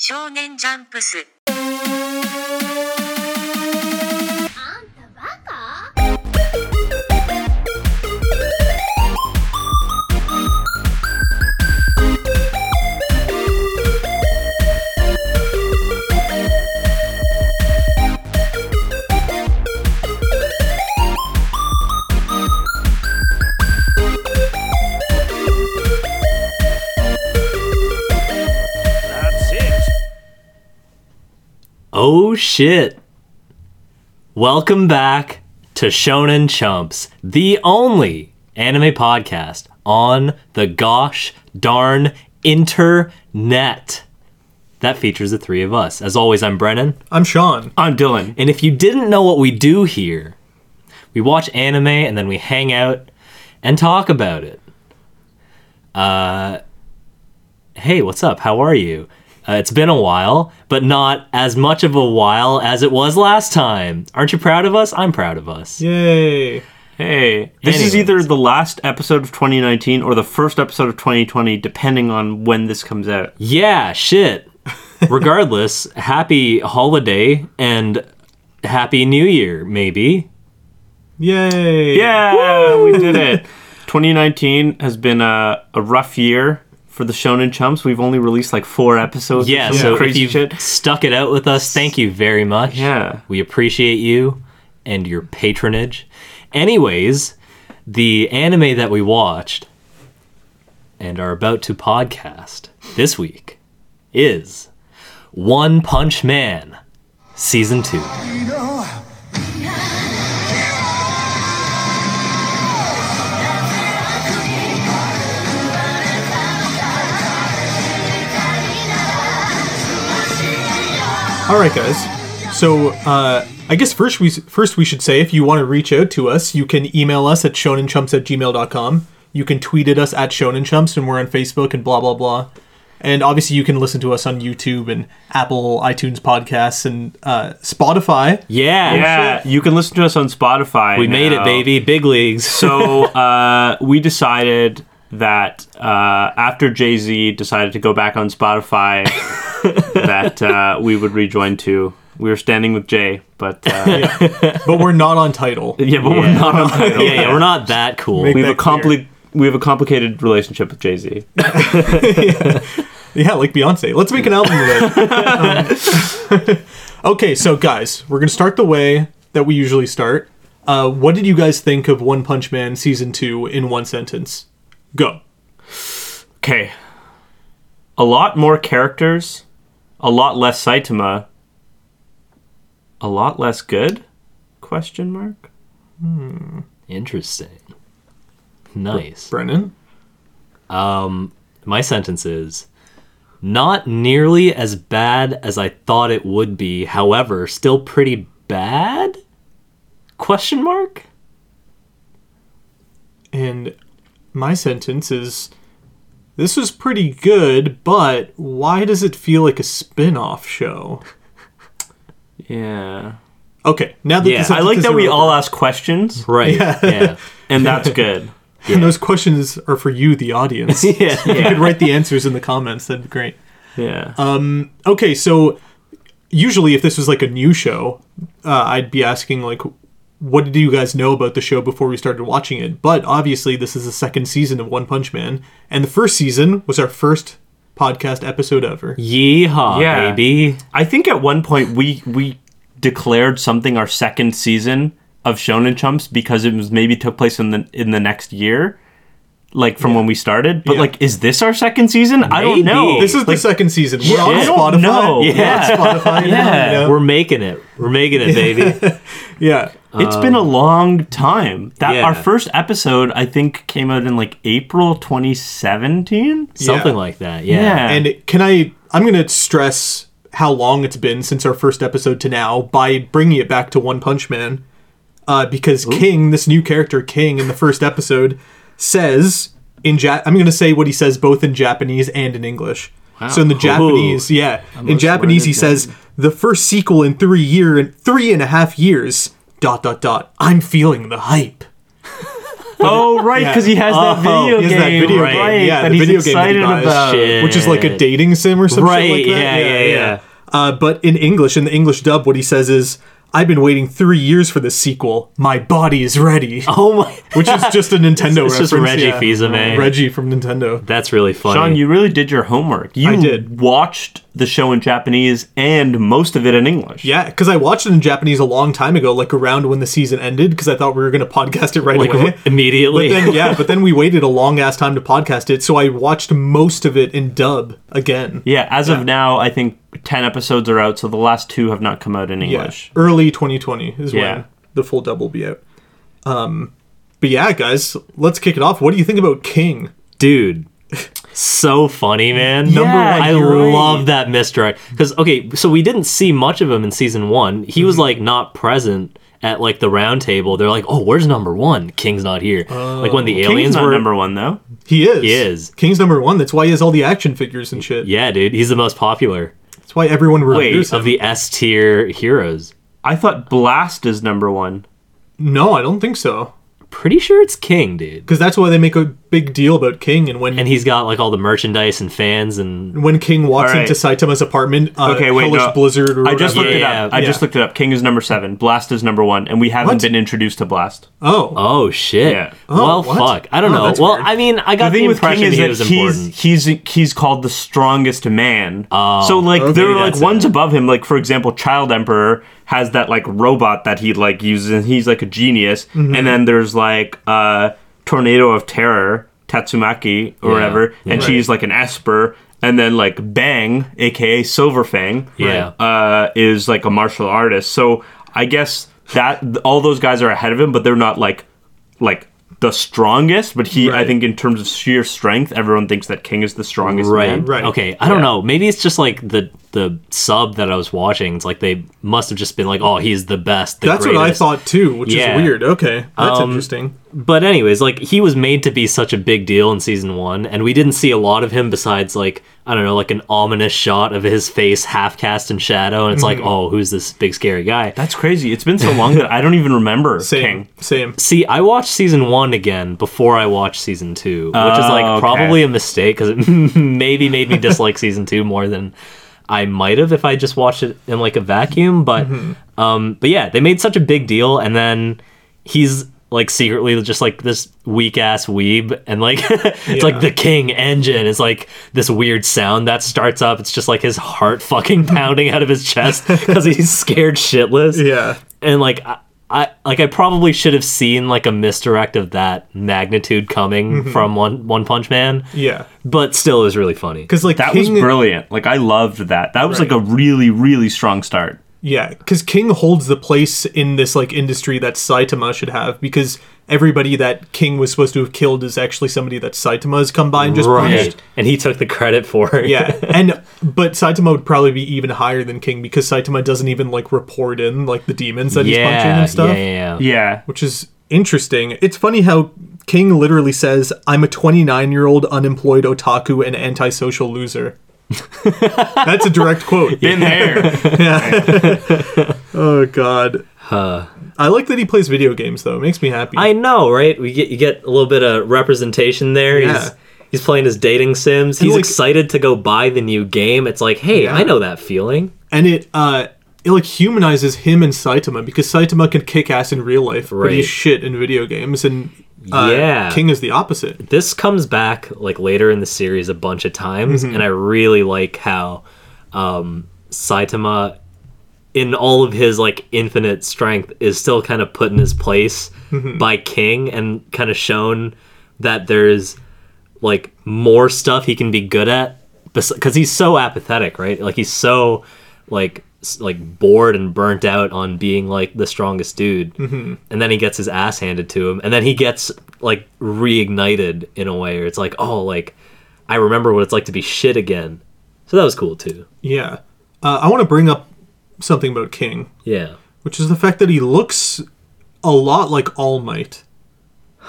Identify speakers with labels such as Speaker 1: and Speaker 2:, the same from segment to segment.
Speaker 1: 少年ジャンプス。
Speaker 2: That's it.
Speaker 3: Oh shit. Welcome back to Shonen Chumps, the only anime podcast on the gosh darn internet that features the three of us. As always, I'm Brennan.
Speaker 4: I'm Sean.
Speaker 5: I'm Dylan.
Speaker 3: And if you didn't know what we do here, we watch anime and then we hang out and talk about it. Uh, hey, what's up? How are you? Uh, it's been a while, but not as much of a while as it was last time. Aren't you proud of us? I'm proud of us.
Speaker 4: Yay.
Speaker 5: Hey, this
Speaker 3: Anyways.
Speaker 5: is either the last episode of 2019 or the first episode of 2020, depending on when this comes out.
Speaker 3: Yeah, shit. Regardless, happy holiday and happy new year, maybe.
Speaker 4: Yay.
Speaker 5: Yeah, we did it. 2019 has been a, a rough year for the Shonen Chumps. We've only released like four episodes. of
Speaker 3: Yeah,
Speaker 5: some
Speaker 3: so if
Speaker 5: crazy
Speaker 3: you've
Speaker 5: shit.
Speaker 3: stuck it out with us, thank you very much.
Speaker 5: Yeah.
Speaker 3: We appreciate you and your patronage. Anyways, the anime that we watched and are about to podcast this week is One Punch Man Season 2.
Speaker 4: All right, guys. So, uh, I guess first we first we should say if you want to reach out to us, you can email us at shonenchumps at gmail.com. You can tweet at us at shonenchumps, and we're on Facebook and blah, blah, blah. And obviously, you can listen to us on YouTube and Apple iTunes podcasts and uh, Spotify.
Speaker 3: Yeah.
Speaker 5: Yeah, you can listen to us on Spotify.
Speaker 3: We made it,
Speaker 5: now.
Speaker 3: baby. Big leagues.
Speaker 5: so uh, we decided that uh, after Jay Z decided to go back on Spotify, that uh, we would rejoin too. We were standing with Jay, but uh,
Speaker 4: But we're not on title.
Speaker 5: yeah, but we're not on title.
Speaker 3: yeah, yeah, we're not that cool.
Speaker 4: Make
Speaker 5: We have a
Speaker 4: that clear.
Speaker 5: compli- we have a complicated relationship with Jay Z.
Speaker 4: Yeah, like Beyonce. Let's make an album of it. Um, okay, so guys, we're gonna start the way that we usually start. Uh, what did you guys think of One Punch Man season two in one sentence? Go.
Speaker 5: Okay, a lot more characters, a lot less Saitama, a lot less good? Question mark.
Speaker 3: Interesting. Nice.
Speaker 4: Brennan.
Speaker 3: my sentence is not nearly as bad as I thought it would be, however, still pretty bad? Question mark?
Speaker 4: And my sentence is this was pretty good, but why does it feel like a spin off show?
Speaker 5: Yeah.
Speaker 4: Okay, now that
Speaker 3: Yeah,
Speaker 4: the
Speaker 5: I like
Speaker 4: sentences
Speaker 5: that
Speaker 4: are
Speaker 5: we
Speaker 4: over,
Speaker 5: all ask questions,
Speaker 3: Right. Yeah.
Speaker 5: and that's good.
Speaker 4: and those questions are for you, the audience. you
Speaker 3: Yeah.
Speaker 4: could write the answers in the comments, that'd be great.
Speaker 5: Yeah.
Speaker 4: okay so usually if this was like a new show uh, i'd be asking like what did you guys know about the show before we started watching it but obviously this is the second season of one punch man and the first season was our first podcast episode ever
Speaker 3: Yeehaw,
Speaker 5: Yeah.
Speaker 3: baby.
Speaker 5: I think at one point we we declared something our second season of Shonen Chumps because it was maybe took place in the in the next year, like from when we started. But
Speaker 4: Yeah.
Speaker 5: like, is this our second season? I don't
Speaker 3: Maybe.
Speaker 5: know.
Speaker 4: this is the second season we're on
Speaker 5: I don't
Speaker 4: spotify
Speaker 5: know.
Speaker 4: We're on
Speaker 5: Yeah.
Speaker 4: spotify now,
Speaker 5: Yeah.
Speaker 4: you know?
Speaker 3: We're making it. We're making it, baby.
Speaker 4: yeah
Speaker 5: it's been a long time. That
Speaker 3: yeah.
Speaker 5: our first episode I think came out in like April 2017.
Speaker 3: Something like that. Yeah.
Speaker 4: and can i i'm gonna stress how long it's been since our first episode to now by bringing it back to one punch man uh, because king this new character king in the first episode says in ja- i'm gonna say what he says both in japanese and in english so in the japanese yeah in japanese he
Speaker 5: learned
Speaker 4: says the first sequel in three year and three and a half years dot dot dot i'm feeling the hype
Speaker 5: oh right, because he has that
Speaker 3: Oh,
Speaker 5: video
Speaker 4: he has
Speaker 5: game,
Speaker 4: that video
Speaker 5: right,
Speaker 4: game, yeah,
Speaker 5: that
Speaker 4: the
Speaker 5: he's
Speaker 4: video game that he
Speaker 5: excited
Speaker 4: buys.
Speaker 5: about.
Speaker 3: Shit.
Speaker 4: which is like a dating sim or something
Speaker 3: Right,
Speaker 4: like that.
Speaker 3: yeah, yeah, yeah.
Speaker 4: Uh, but in English, in the English dub, what he says is, "I've been waiting three years for this sequel. My body is ready,"
Speaker 3: Oh my.
Speaker 4: which is just a Nintendo.
Speaker 3: It's just
Speaker 4: reference,
Speaker 3: Reggie
Speaker 4: yeah.
Speaker 3: Fils-Aimé.
Speaker 4: Reggie from Nintendo.
Speaker 3: That's really funny.
Speaker 5: Sean, you really did your homework. You
Speaker 4: I did.
Speaker 5: watched the show in Japanese and most of it in English.
Speaker 4: Yeah, because I watched it in Japanese a long time ago, like around when the season ended, because I thought we were going to podcast it right
Speaker 3: like
Speaker 4: away.
Speaker 3: immediately.
Speaker 4: But then, yeah, but then we waited a long ass time to podcast it, so I watched most of it in dub again.
Speaker 5: Yeah, as of now, I think 10 episodes are out, so the last two have not come out in
Speaker 4: Yeah,
Speaker 5: English.
Speaker 4: Early 2020 is
Speaker 5: Yeah.
Speaker 4: when the full dub will be out. Um, but yeah, guys, let's kick it off. What do you think about King?
Speaker 3: dude so funny man number
Speaker 5: one,
Speaker 3: i
Speaker 5: you're right.
Speaker 3: love that misdirect because okay so we didn't see much of him in season one he
Speaker 5: Mm-hmm.
Speaker 3: was like not present at like the round table they're like oh where's number one king's not here like when the
Speaker 5: Oh, King's
Speaker 3: aliens
Speaker 5: not
Speaker 3: were
Speaker 5: number one, though.
Speaker 4: He is.
Speaker 3: He is.
Speaker 4: King's number one. That's why he has all the action figures and shit.
Speaker 3: yeah dude he's the most popular
Speaker 4: That's why everyone reviews him.
Speaker 3: of the s tier heroes
Speaker 5: I thought Blast is number one.
Speaker 4: no, I don't think so.
Speaker 3: pretty sure it's king dude
Speaker 4: Because that's why they make a big deal about King and when
Speaker 3: and he's got like all the merchandise and fans and
Speaker 4: when King walks
Speaker 5: All right.
Speaker 4: into Saitama's apartment, uh,
Speaker 5: Okay, wait,
Speaker 4: hellish
Speaker 5: no.
Speaker 4: blizzard. Or
Speaker 5: I just
Speaker 4: whatever.
Speaker 5: looked it up.
Speaker 3: Yeah,
Speaker 5: I
Speaker 4: yeah.
Speaker 5: just looked it up. King is number seven. Blast is number one, and we haven't
Speaker 4: What?
Speaker 5: been introduced to Blast.
Speaker 4: Oh,
Speaker 3: oh shit
Speaker 5: Yeah.
Speaker 4: Oh,
Speaker 3: well
Speaker 4: what?
Speaker 3: fuck i don't
Speaker 4: Oh,
Speaker 3: know
Speaker 4: that's
Speaker 3: well
Speaker 4: weird.
Speaker 3: i mean i got
Speaker 5: The
Speaker 3: the,
Speaker 5: thing with King
Speaker 3: impression
Speaker 5: is
Speaker 3: he
Speaker 5: that
Speaker 3: was important Oh,
Speaker 5: he's, he's he's called the strongest man. so like
Speaker 4: okay,
Speaker 5: there are like
Speaker 3: that's
Speaker 5: ones
Speaker 3: it.
Speaker 5: above him. Like for example, Child Emperor has that like robot that he like uses, and he's like a genius.
Speaker 3: Mm-hmm.
Speaker 5: And then there's like uh, Tornado of Terror, Tatsumaki or
Speaker 3: Yeah,
Speaker 5: whatever, and she's like an Esper. And then like Bang, aka Silverfang,
Speaker 3: Yeah.
Speaker 5: uh, is like a martial artist. So I guess that all those guys are ahead of him, but they're not like like the strongest. But he, I
Speaker 4: Right.
Speaker 5: think, in terms of sheer strength, everyone thinks that King is the strongest.
Speaker 3: Right.
Speaker 5: man.
Speaker 4: Right.
Speaker 3: Okay. I don't
Speaker 5: Yeah.
Speaker 3: know. Maybe it's just like the the sub that I was watching. It's like they must have just been like, oh, he's the best. The
Speaker 4: that's what I
Speaker 3: greatest."
Speaker 4: thought too, which
Speaker 3: Yeah.
Speaker 4: is weird. Okay, that's
Speaker 3: Um,
Speaker 4: interesting.
Speaker 3: But anyways, like he was made to be such a big deal in season one, and we didn't see a lot of him besides like I don't know, like an ominous shot of his face half cast in shadow, and it's like,
Speaker 4: Mm-hmm.
Speaker 3: oh, who's this big scary guy?
Speaker 5: That's crazy. It's been so long that I don't even remember
Speaker 4: Same,
Speaker 5: King.
Speaker 4: same.
Speaker 3: See, I watched season one again before I watched season two, which is like
Speaker 5: Oh, okay.
Speaker 3: probably a mistake because it maybe made me dislike season two more than I might have if I just watched it in like a vacuum. But,
Speaker 5: Mm-hmm.
Speaker 3: um, but yeah, they made such a big deal, and then he's like secretly just like this weak ass weeb, and like it's like the king engine is like this weird sound that starts up. It's just like his heart fucking pounding out of his chest because he's scared shitless
Speaker 4: Yeah,
Speaker 3: and like I, I like I probably should have seen like a misdirect of that magnitude coming from one One Punch Man,
Speaker 4: Mm-hmm. yeah.
Speaker 3: but still it was really funny.
Speaker 4: Because like
Speaker 5: That
Speaker 4: King,
Speaker 5: was brilliant. Like I loved that. That was
Speaker 4: Right.
Speaker 5: like a really, really strong start.
Speaker 4: Yeah, because King holds the place in this like industry that Saitama should have because everybody that King was supposed to have killed is actually somebody that Saitama has come by and just
Speaker 3: Right,
Speaker 4: punished.
Speaker 3: and he took the credit for it.
Speaker 4: Yeah, and but Saitama would probably be even higher than King because Saitama doesn't even like report in like the demons that he's punching
Speaker 3: yeah,
Speaker 4: and stuff,
Speaker 3: yeah, yeah, yeah.
Speaker 5: Yeah.
Speaker 4: which is interesting. It's funny how King literally says, "I'm a 29 year old unemployed otaku and antisocial loser." That's a direct quote.
Speaker 5: Been there.
Speaker 4: Oh God. I like that he plays video games though. It makes me happy.
Speaker 3: I know, right? We get you get a little bit of representation there.
Speaker 4: Yeah.
Speaker 3: He's he's playing his dating sims. He's
Speaker 4: like-
Speaker 3: excited to go buy the new game. It's like, hey, I know that feeling.
Speaker 4: and it uh it like humanizes him and Saitama because Saitama can kick ass in real life, but
Speaker 3: Right.
Speaker 4: he's shit in video games, and uh,
Speaker 3: Yeah.
Speaker 4: King is the opposite.
Speaker 3: this comes back like later in the series a bunch of times and i really like how um saitama in all of his like infinite strength is still kind of put in his place by king and kind of shown that there's like more stuff he can be good at because he's so apathetic right like he's so like s- like bored and burnt out on being like the strongest dude mm-hmm. and then he gets his ass handed to him and then he gets like reignited in a way or it's like oh like i remember what it's like to be shit again so that was cool too
Speaker 4: Yeah, uh, I want to bring up something about King,
Speaker 3: yeah
Speaker 4: which is the fact that he looks a lot like All Might.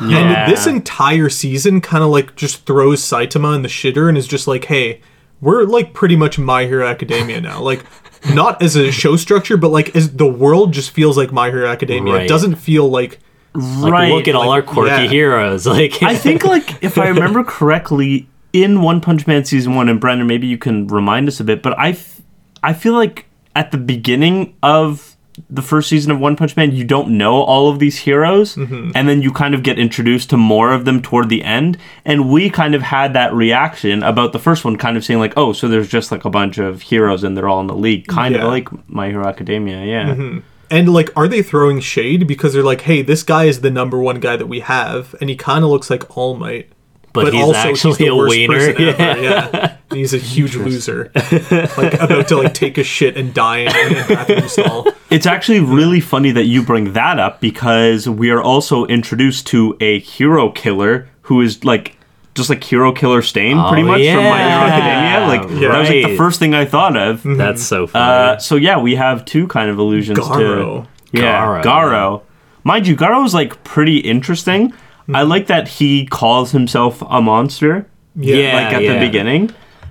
Speaker 5: yeah.
Speaker 4: And this entire season kind of like just throws Saitama in the shitter and is just like, hey, we're like pretty much My Hero Academia now. Like, not as a show structure, but like as the world just feels like My Hero Academia.
Speaker 3: Right.
Speaker 4: It doesn't feel like
Speaker 3: Like,
Speaker 5: right.
Speaker 3: look at all our
Speaker 5: like-
Speaker 3: quirky
Speaker 4: yeah.
Speaker 3: heroes. Like,
Speaker 5: I think like if I remember correctly, in One Punch Man season one, and Brendan, maybe you can remind us a bit, but I, f- I feel like at the beginning of the first season of One Punch Man, you don't know all of these heroes, and then you kind of get introduced to more of them toward the end. And we kind of had that reaction about the first one, kind of saying like, "Oh, so there's just like a bunch of heroes, and they're all in the league," kind
Speaker 4: Yeah.
Speaker 5: of like My Hero Academia, yeah.
Speaker 4: And like, are they throwing shade because they're like, hey, this guy is the number one guy that we have, and he kind of looks like All Might,
Speaker 3: But he's actually a wiener,
Speaker 4: ever. Yeah, and he's a huge loser, like about to like take a shit and die in a bathroom stall.
Speaker 5: It's actually really funny that you bring that up because we are also introduced to a hero killer who is like just like hero killer stain pretty
Speaker 3: Oh,
Speaker 5: much from My
Speaker 3: yeah,
Speaker 5: Hero Academia. Like that was like the
Speaker 3: right. Mm-hmm.
Speaker 5: first thing I thought of.
Speaker 3: that's so funny.
Speaker 5: Uh, so yeah, we have two kind of allusions
Speaker 4: Garo.
Speaker 5: to yeah,
Speaker 3: Garo.
Speaker 5: Garo. Mind you, Garo's like pretty interesting. I
Speaker 3: Mm-hmm.
Speaker 5: like that he calls himself a monster.
Speaker 3: Yeah.
Speaker 5: like at
Speaker 3: yeah.
Speaker 5: the beginning.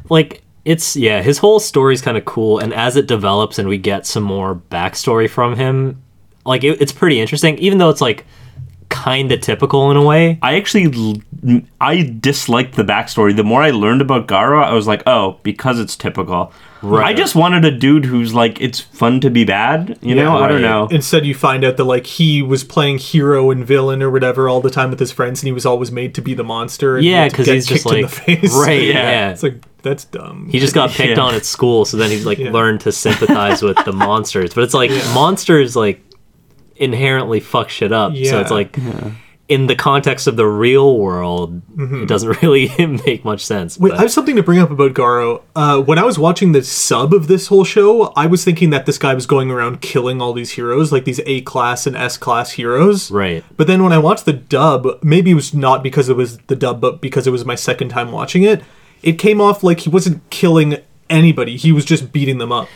Speaker 3: like it's yeah his whole story's kind of cool and as it develops and we get some more backstory from him like it, it's pretty interesting even though it's like kind of typical in a way
Speaker 5: I actually l- I disliked the backstory. The more I learned about Garo, I was like, oh, because it's typical. I just wanted a dude who's like, it's fun to be bad. You know, I
Speaker 3: right.
Speaker 5: don't know.
Speaker 4: Instead, you find out that like he was playing hero and villain or whatever all the time with his friends, and he was always made to be the monster. And
Speaker 3: yeah
Speaker 4: had to
Speaker 3: because
Speaker 4: get
Speaker 3: he's just
Speaker 4: kicked in
Speaker 3: like
Speaker 4: the face.
Speaker 3: right yeah,
Speaker 4: It's like that's dumb.
Speaker 3: he just got picked
Speaker 5: Yeah.
Speaker 3: on at school so then he's like
Speaker 4: Yeah.
Speaker 3: learned to sympathize with the monsters but it's like monsters like inherently fuck shit up so it's
Speaker 4: Yeah.
Speaker 3: like in the context of the real world it doesn't really make much sense
Speaker 4: Mm-hmm. Wait,
Speaker 3: but-
Speaker 4: I have something to bring up about Garo. Uh, when I was watching the sub of this whole show, I was thinking that this guy was going around killing all these heroes, like these A class and S class heroes.
Speaker 3: Right.
Speaker 4: But then when I watched the dub, maybe it was not because it was the dub, but because it was my second time watching it, it came off like he wasn't killing anybody. He was just beating them up.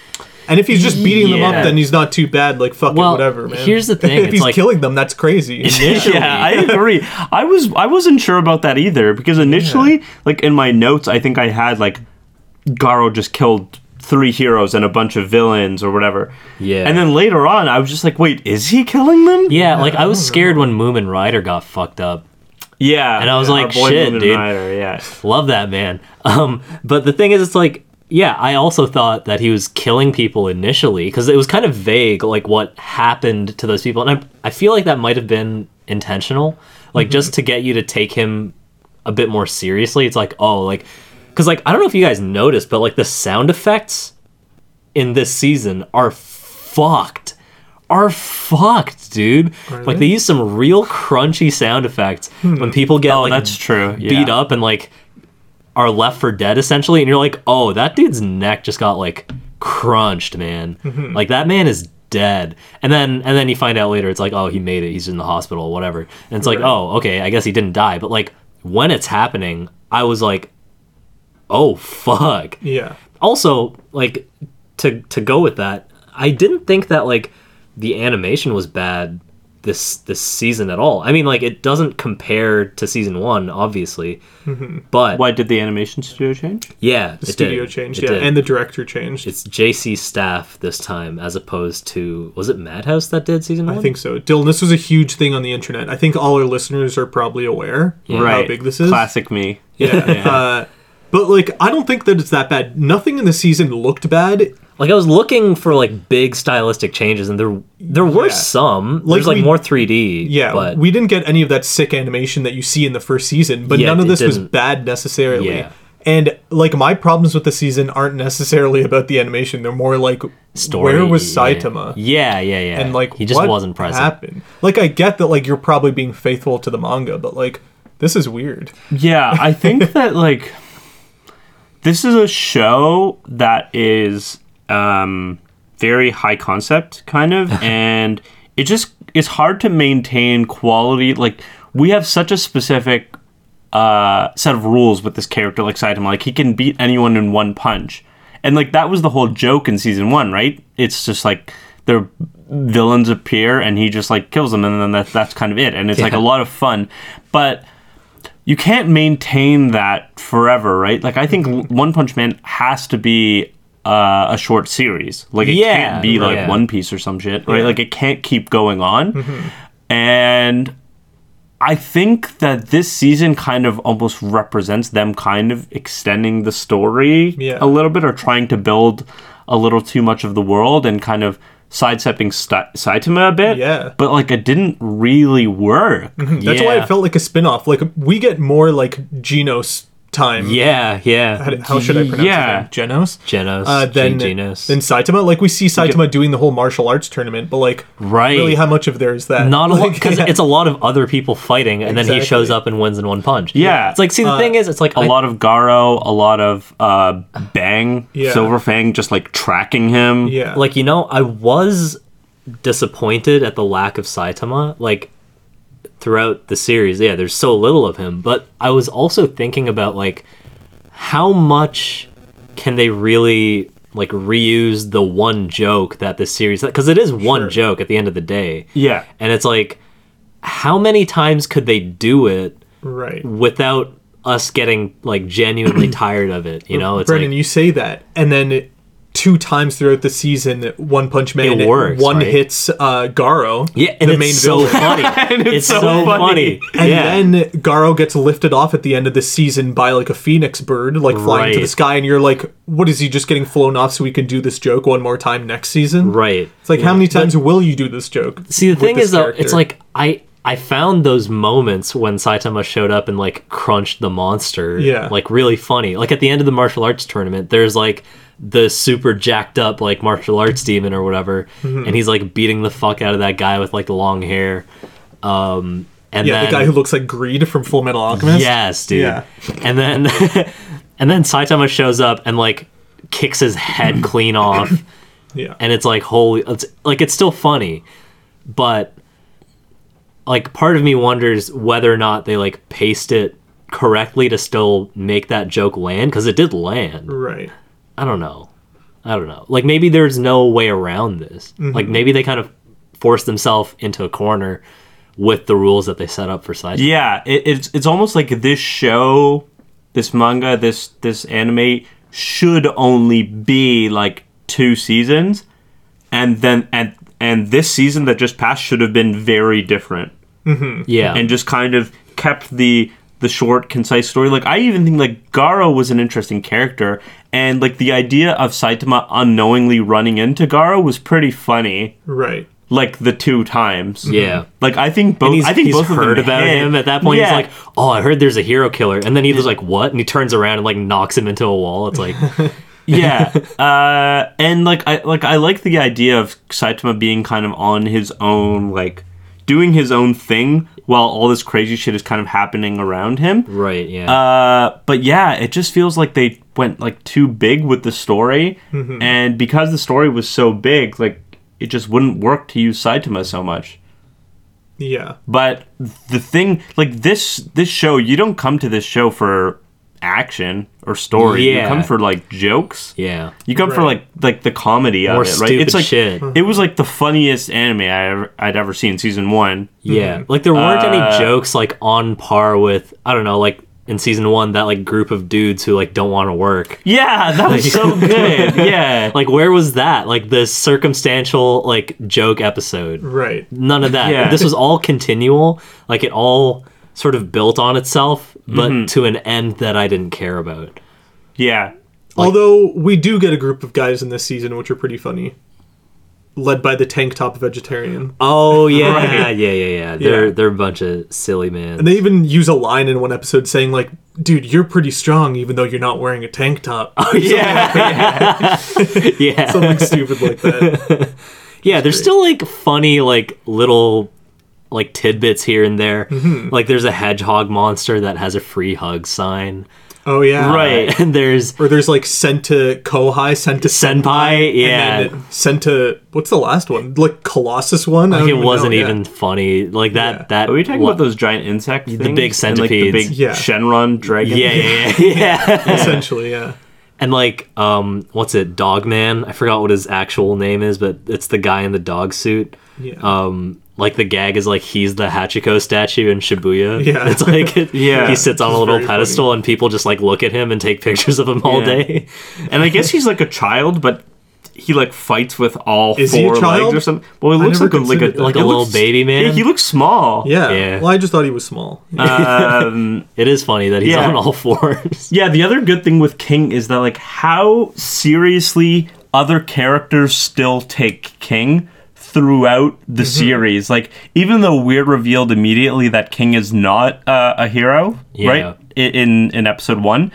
Speaker 4: And if he's just beating them
Speaker 3: Yeah.
Speaker 4: up, then he's not too bad. Like fuck
Speaker 3: Well,
Speaker 4: it, whatever, man.
Speaker 3: here's the thing,
Speaker 4: if
Speaker 3: it's
Speaker 4: he's
Speaker 3: like-
Speaker 4: killing them, that's crazy.
Speaker 3: Initially-
Speaker 5: yeah, I agree. I was I wasn't sure about that either because initially, like in my notes, I think I had like Garo just killed three heroes and a bunch of villains or whatever.
Speaker 3: Yeah.
Speaker 5: And then later on, I was just like, wait, is he killing them?
Speaker 3: Yeah, like I was scared when Moomin Rider got fucked up.
Speaker 5: Yeah.
Speaker 3: And I was
Speaker 5: Our
Speaker 3: like,
Speaker 5: boy
Speaker 3: shit,
Speaker 5: Lumen
Speaker 3: dude.
Speaker 5: Rider, yeah.
Speaker 3: Love that man. Um, but the thing is, it's like, yeah, I also thought that he was killing people initially because it was kind of vague, like what happened to those people, and I, I feel like that might have been intentional, like just to get you to take him a bit more seriously. It's like, oh, like, because like I don't know if you guys noticed, but like the sound effects in this season are fucked. Are fucked, dude. Like they use some real crunchy sound effects when people get like
Speaker 5: That's true.
Speaker 3: beat
Speaker 5: yeah.
Speaker 3: up and like are left for dead essentially and you're like oh that dude's neck just got like crunched man like that man is dead and then and then you find out later it's like oh he made it he's in the hospital whatever and it's like oh okay i guess he didn't die but like when it's happening i was like oh fuck
Speaker 4: yeah.
Speaker 3: also like to to go with that i didn't think that like the animation was bad this this season at all i mean like it doesn't compare to season one obviously but
Speaker 5: Why did the animation studio change?
Speaker 3: yeah
Speaker 4: Mm-hmm. The studio changed, yeah. And the director changed.
Speaker 3: it's jc staff this time as opposed to was it madhouse that did season one
Speaker 4: I think so. Dylan, this was a huge thing on the internet. I think all our listeners are probably aware of how big this is.
Speaker 5: Classic me.
Speaker 4: Yeah. Uh, but like, I don't think that it's that bad. Nothing in the season looked bad.
Speaker 3: like i was looking for like big stylistic changes and there there were
Speaker 4: Yeah.
Speaker 3: some there's like
Speaker 4: we-
Speaker 3: more 3d
Speaker 4: Yeah,
Speaker 3: but
Speaker 4: we didn't get any of that sick animation that you see in the first season, but
Speaker 3: Yeah,
Speaker 4: none of
Speaker 3: it
Speaker 4: this was
Speaker 3: didn't.
Speaker 4: bad necessarily.
Speaker 3: Yeah.
Speaker 4: And like my problems with the season aren't necessarily about the animation; they're more like
Speaker 3: story
Speaker 4: where was
Speaker 3: yeah.
Speaker 4: Saitama?
Speaker 3: yeah yeah yeah
Speaker 4: and like
Speaker 3: he just
Speaker 4: what
Speaker 3: wasn't present
Speaker 4: Happened? Like I get that like you're probably being faithful to the manga, but like this is weird.
Speaker 5: Yeah, I think that like this is a show that is um very high concept kind of and it just it's hard to maintain quality like we have such a specific uh set of rules with this character like Saitama like he can beat anyone in one punch. And like that was the whole joke in season 1, right? It's just like their villains appear and he just like kills them and then that, that's kind of it and it's like a lot of fun. But you can't maintain that forever, right? Like I think L-
Speaker 3: Mm-hmm.
Speaker 5: One Punch Man has to be uh, a short series. Like it
Speaker 3: Yeah,
Speaker 5: can't be like
Speaker 3: yeah. Mm-hmm.
Speaker 5: One Piece or some shit, right? Like it can't keep going on. And I think that this season kind of almost represents them kind of extending the story
Speaker 4: Yeah.
Speaker 5: a little bit or trying to build a little too much of the world and kind of sidestepping Sti- Saitama a bit.
Speaker 4: Yeah.
Speaker 5: But like it didn't really work.
Speaker 4: That's why
Speaker 3: Yeah.
Speaker 4: it felt like a spin-off. Like we get more like Genos time.
Speaker 3: Yeah, yeah.
Speaker 4: How, how should I pronounce
Speaker 5: Yeah.
Speaker 4: it? Genos.
Speaker 3: Genos,
Speaker 4: Uh, then,
Speaker 3: Genos.
Speaker 4: then Saitama. Like we see Saitama doing the whole martial arts tournament, but like
Speaker 3: Right.
Speaker 4: really, how much of there is that?
Speaker 3: Not a lot
Speaker 4: like,
Speaker 3: because
Speaker 4: yeah.
Speaker 3: it's a lot of other people fighting, and then he
Speaker 4: Exactly. Uh,
Speaker 3: shows up and wins in one punch.
Speaker 5: Yeah.
Speaker 3: it's like see the thing is, it's like
Speaker 5: a
Speaker 3: I-
Speaker 5: lot of Garo, a lot of uh, Bang,
Speaker 4: Yeah.
Speaker 5: Silver Fang just like tracking him.
Speaker 4: yeah,
Speaker 3: Like you know, I was disappointed at the lack of Saitama. Like throughout the series, yeah, there's so little of him. But I was also thinking about like how much can they really like reuse the one joke that this series because it is one joke at the end of the day.
Speaker 5: Yeah.
Speaker 3: and it's like how many times could they do it
Speaker 4: right.
Speaker 3: without us getting like genuinely tired of it? You know, it's
Speaker 4: Brendan,
Speaker 3: like
Speaker 4: you say that, and then it- two times throughout the season, One Punch Man,
Speaker 3: It works,
Speaker 4: one
Speaker 3: right?
Speaker 4: hits uh, Garo,
Speaker 3: yeah, and
Speaker 4: the
Speaker 3: it's
Speaker 4: main
Speaker 3: so
Speaker 4: villain.
Speaker 3: funny. it's, so, funny.
Speaker 4: And
Speaker 3: yeah.
Speaker 4: then Garo gets lifted off at the end of the season by like a phoenix bird, like flying to
Speaker 3: Right.
Speaker 4: the sky, and you're like, "What is he just getting flown off so we can do this joke one more time next season?"
Speaker 3: Right.
Speaker 4: It's like, how many times will you do this joke?
Speaker 3: See, the
Speaker 4: with
Speaker 3: thing
Speaker 4: this
Speaker 3: is, though, it's
Speaker 4: character?
Speaker 3: like I I found those moments when Saitama showed up and like crunched the monster,
Speaker 4: Yeah.
Speaker 3: like really funny. Like at the end of the martial arts tournament, there's like the super jacked up like martial arts demon or whatever,
Speaker 4: Mm-hmm.
Speaker 3: and he's like beating the fuck out of that guy with like the long hair. Um, and
Speaker 4: yeah,
Speaker 3: then,
Speaker 4: the guy who looks like Greed from Full Metal Alchemist.
Speaker 3: Yes, dude.
Speaker 4: Yeah.
Speaker 3: And then and then Saitama shows up and like kicks his head clean off
Speaker 4: yeah,
Speaker 3: and it's like holy it's like it's still funny, but like part of me wonders whether or not they like paced it correctly to still make that joke land cuz it did land.
Speaker 4: right.
Speaker 3: I don't know. I don't know. Like maybe there's no way around this.
Speaker 4: Mm-hmm.
Speaker 3: Like maybe they kind of forced themselves into a corner with the rules that they set up for Saitama.
Speaker 5: Yeah, it, it's it's almost like this show, this manga, this this anime should only be like two seasons, and then and and this season that just passed should have been very different
Speaker 3: Yeah.
Speaker 5: and just kind of kept the the short concise story like i even think like garo was an interesting character and like the idea of saitama unknowingly running into garo was pretty funny
Speaker 4: Right.
Speaker 5: like the two times
Speaker 3: Yeah.
Speaker 5: like i think both
Speaker 3: And he's,
Speaker 5: i think
Speaker 3: he's
Speaker 5: both of
Speaker 3: heard
Speaker 5: them
Speaker 3: about
Speaker 5: hit.
Speaker 3: him at that point.
Speaker 5: Yeah.
Speaker 3: He's like, "Oh, I heard there's a hero killer," and then he was like, "What?" And he turns around and like knocks him into a wall. It's like,
Speaker 5: yeah uh and like i like i like the idea of saitama being kind of on his own like doing his own thing while all this crazy shit is kind of happening around him
Speaker 3: right? Yeah.
Speaker 5: uh but yeah it just feels like they went like too big with the story and because the story was so big like it just wouldn't work to use saitama so much
Speaker 4: Yeah.
Speaker 5: but the thing like this this show you don't come to this show for action or story you
Speaker 3: Yeah.
Speaker 5: come for like jokes
Speaker 3: yeah.
Speaker 5: you come for
Speaker 4: Right.
Speaker 5: like like the comedy
Speaker 3: More
Speaker 5: of it, right?
Speaker 3: stupid
Speaker 5: it's like
Speaker 3: shit.
Speaker 5: it was like the funniest anime I ever, I'd ever seen. Season one,
Speaker 3: Yeah. Like there weren't
Speaker 5: Uh,
Speaker 3: any jokes like on par with I don't know like in season one that like group of dudes who like don't want to work.
Speaker 5: yeah, that was so good. Yeah,
Speaker 3: Like where was that? Like the circumstantial like joke episode.
Speaker 4: Right.
Speaker 3: None of that.
Speaker 5: Yeah.
Speaker 3: This was all continual. Like it all sort of built on itself, but
Speaker 5: Mm-hmm.
Speaker 3: to an end that I didn't care about.
Speaker 5: yeah,
Speaker 4: Although we do get a group of guys in this season which are pretty funny, led by the tank top vegetarian.
Speaker 3: Oh yeah,
Speaker 5: Right.
Speaker 3: yeah, yeah, yeah. They're
Speaker 4: Yeah.
Speaker 3: they're a bunch of silly man.
Speaker 4: And they even use a line in one episode saying like, "Dude, you're pretty strong even though you're not wearing a tank top."
Speaker 3: Oh,
Speaker 5: yeah.
Speaker 3: yeah,
Speaker 4: Something stupid like that.
Speaker 3: yeah. There's still like funny like little like tidbits here and there.
Speaker 5: Mm-hmm.
Speaker 3: Like there's a hedgehog monster that has a free hug sign. Uh,
Speaker 4: Oh yeah.
Speaker 5: Right.
Speaker 3: and there's
Speaker 4: Or there's like sent to Kohai, sent to
Speaker 3: senpai. Yeah.
Speaker 4: and then sent to what's the last one? Like Colossus one. I
Speaker 3: like
Speaker 4: don't
Speaker 3: it
Speaker 5: Oh,
Speaker 4: know,
Speaker 3: wasn't
Speaker 4: yeah.
Speaker 3: even funny. Like that.
Speaker 4: Yeah.
Speaker 3: That.
Speaker 5: Are we talking
Speaker 3: wa-
Speaker 5: about those giant insect things?
Speaker 3: big
Speaker 5: and, like, the
Speaker 3: centipedes.
Speaker 5: big
Speaker 4: Yeah.
Speaker 5: Shenron dragon?
Speaker 3: Yeah, yeah, yeah. yeah.
Speaker 4: essentially. Yeah.
Speaker 3: and like, um, what's it? Dogman. I forgot what his actual name is, but it's the guy in the dog suit.
Speaker 4: Yeah.
Speaker 3: um like the gag is like he's the Hachiko statue in Shibuya.
Speaker 4: Yeah.
Speaker 3: It's like
Speaker 5: Yeah.
Speaker 3: he sits on a
Speaker 4: It's
Speaker 3: little
Speaker 4: very funny.
Speaker 3: pedestal and people just like look at him and take pictures of him all
Speaker 5: Yeah.
Speaker 3: day.
Speaker 5: and I guess he's like a child, but he like fights with all
Speaker 4: Is he a
Speaker 5: four legs
Speaker 4: child?
Speaker 5: or something. Well, it
Speaker 4: I
Speaker 5: looks like
Speaker 4: never
Speaker 5: a, like a
Speaker 4: considered- like
Speaker 5: it
Speaker 4: a
Speaker 3: little
Speaker 5: looks-
Speaker 3: baby man?
Speaker 5: Yeah, he looks small.
Speaker 4: Yeah.
Speaker 3: Yeah.
Speaker 4: Well, I just thought he was small.
Speaker 5: Um,
Speaker 3: It is funny that he's
Speaker 5: Yeah.
Speaker 3: on all fours.
Speaker 5: yeah. The other good thing with King is that like how seriously other characters still take King throughout
Speaker 3: Mm-hmm.
Speaker 5: the series. Like even though we're revealed immediately that King is not uh, a hero,
Speaker 3: Yeah.
Speaker 5: right? i- In in episode one,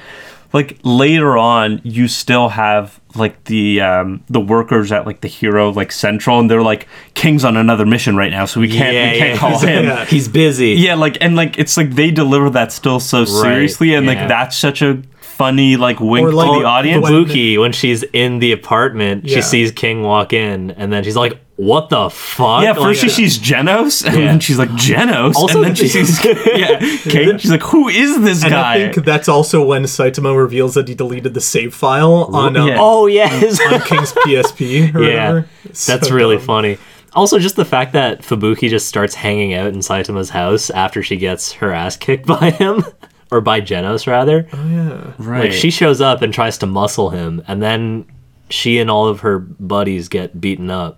Speaker 5: like later on, you still have like the um, the workers at like the hero like central, and they're like King's on another mission right now, so we can't
Speaker 3: Yeah,
Speaker 5: we can't
Speaker 3: yeah.
Speaker 5: call him.
Speaker 4: Yeah.
Speaker 3: He's busy.
Speaker 5: Yeah, like and like it's like they deliver that still so seriously, and
Speaker 3: yeah.
Speaker 5: like that's such a funny like wink
Speaker 4: Or, like,
Speaker 5: to the
Speaker 4: the
Speaker 5: audience.
Speaker 4: way-
Speaker 3: Buki, when she's in the apartment,
Speaker 4: Yeah.
Speaker 3: she sees King walk in, and then she's like, "What the fuck?"
Speaker 5: yeah, first
Speaker 3: Like,
Speaker 5: she sees Genos, and
Speaker 3: Yeah.
Speaker 5: then she's like Genos,
Speaker 3: Also-
Speaker 5: and then she sees yeah, Kate. and She's like, who is this
Speaker 4: And
Speaker 5: guy?
Speaker 4: I think that's also when Saitama reveals that he deleted the save file on uh,
Speaker 5: yeah.
Speaker 3: oh yes,
Speaker 4: on King's PSP or
Speaker 3: yeah,
Speaker 4: whatever.
Speaker 3: that's
Speaker 4: So um,
Speaker 3: really
Speaker 4: dumb.
Speaker 3: funny. Also, just the fact that Fabuki just starts hanging out in Saitama's house after she gets her ass kicked by him, or by Genos rather.
Speaker 5: right.
Speaker 3: Like she shows up and tries to muscle him, and then she and all of her buddies get beaten up.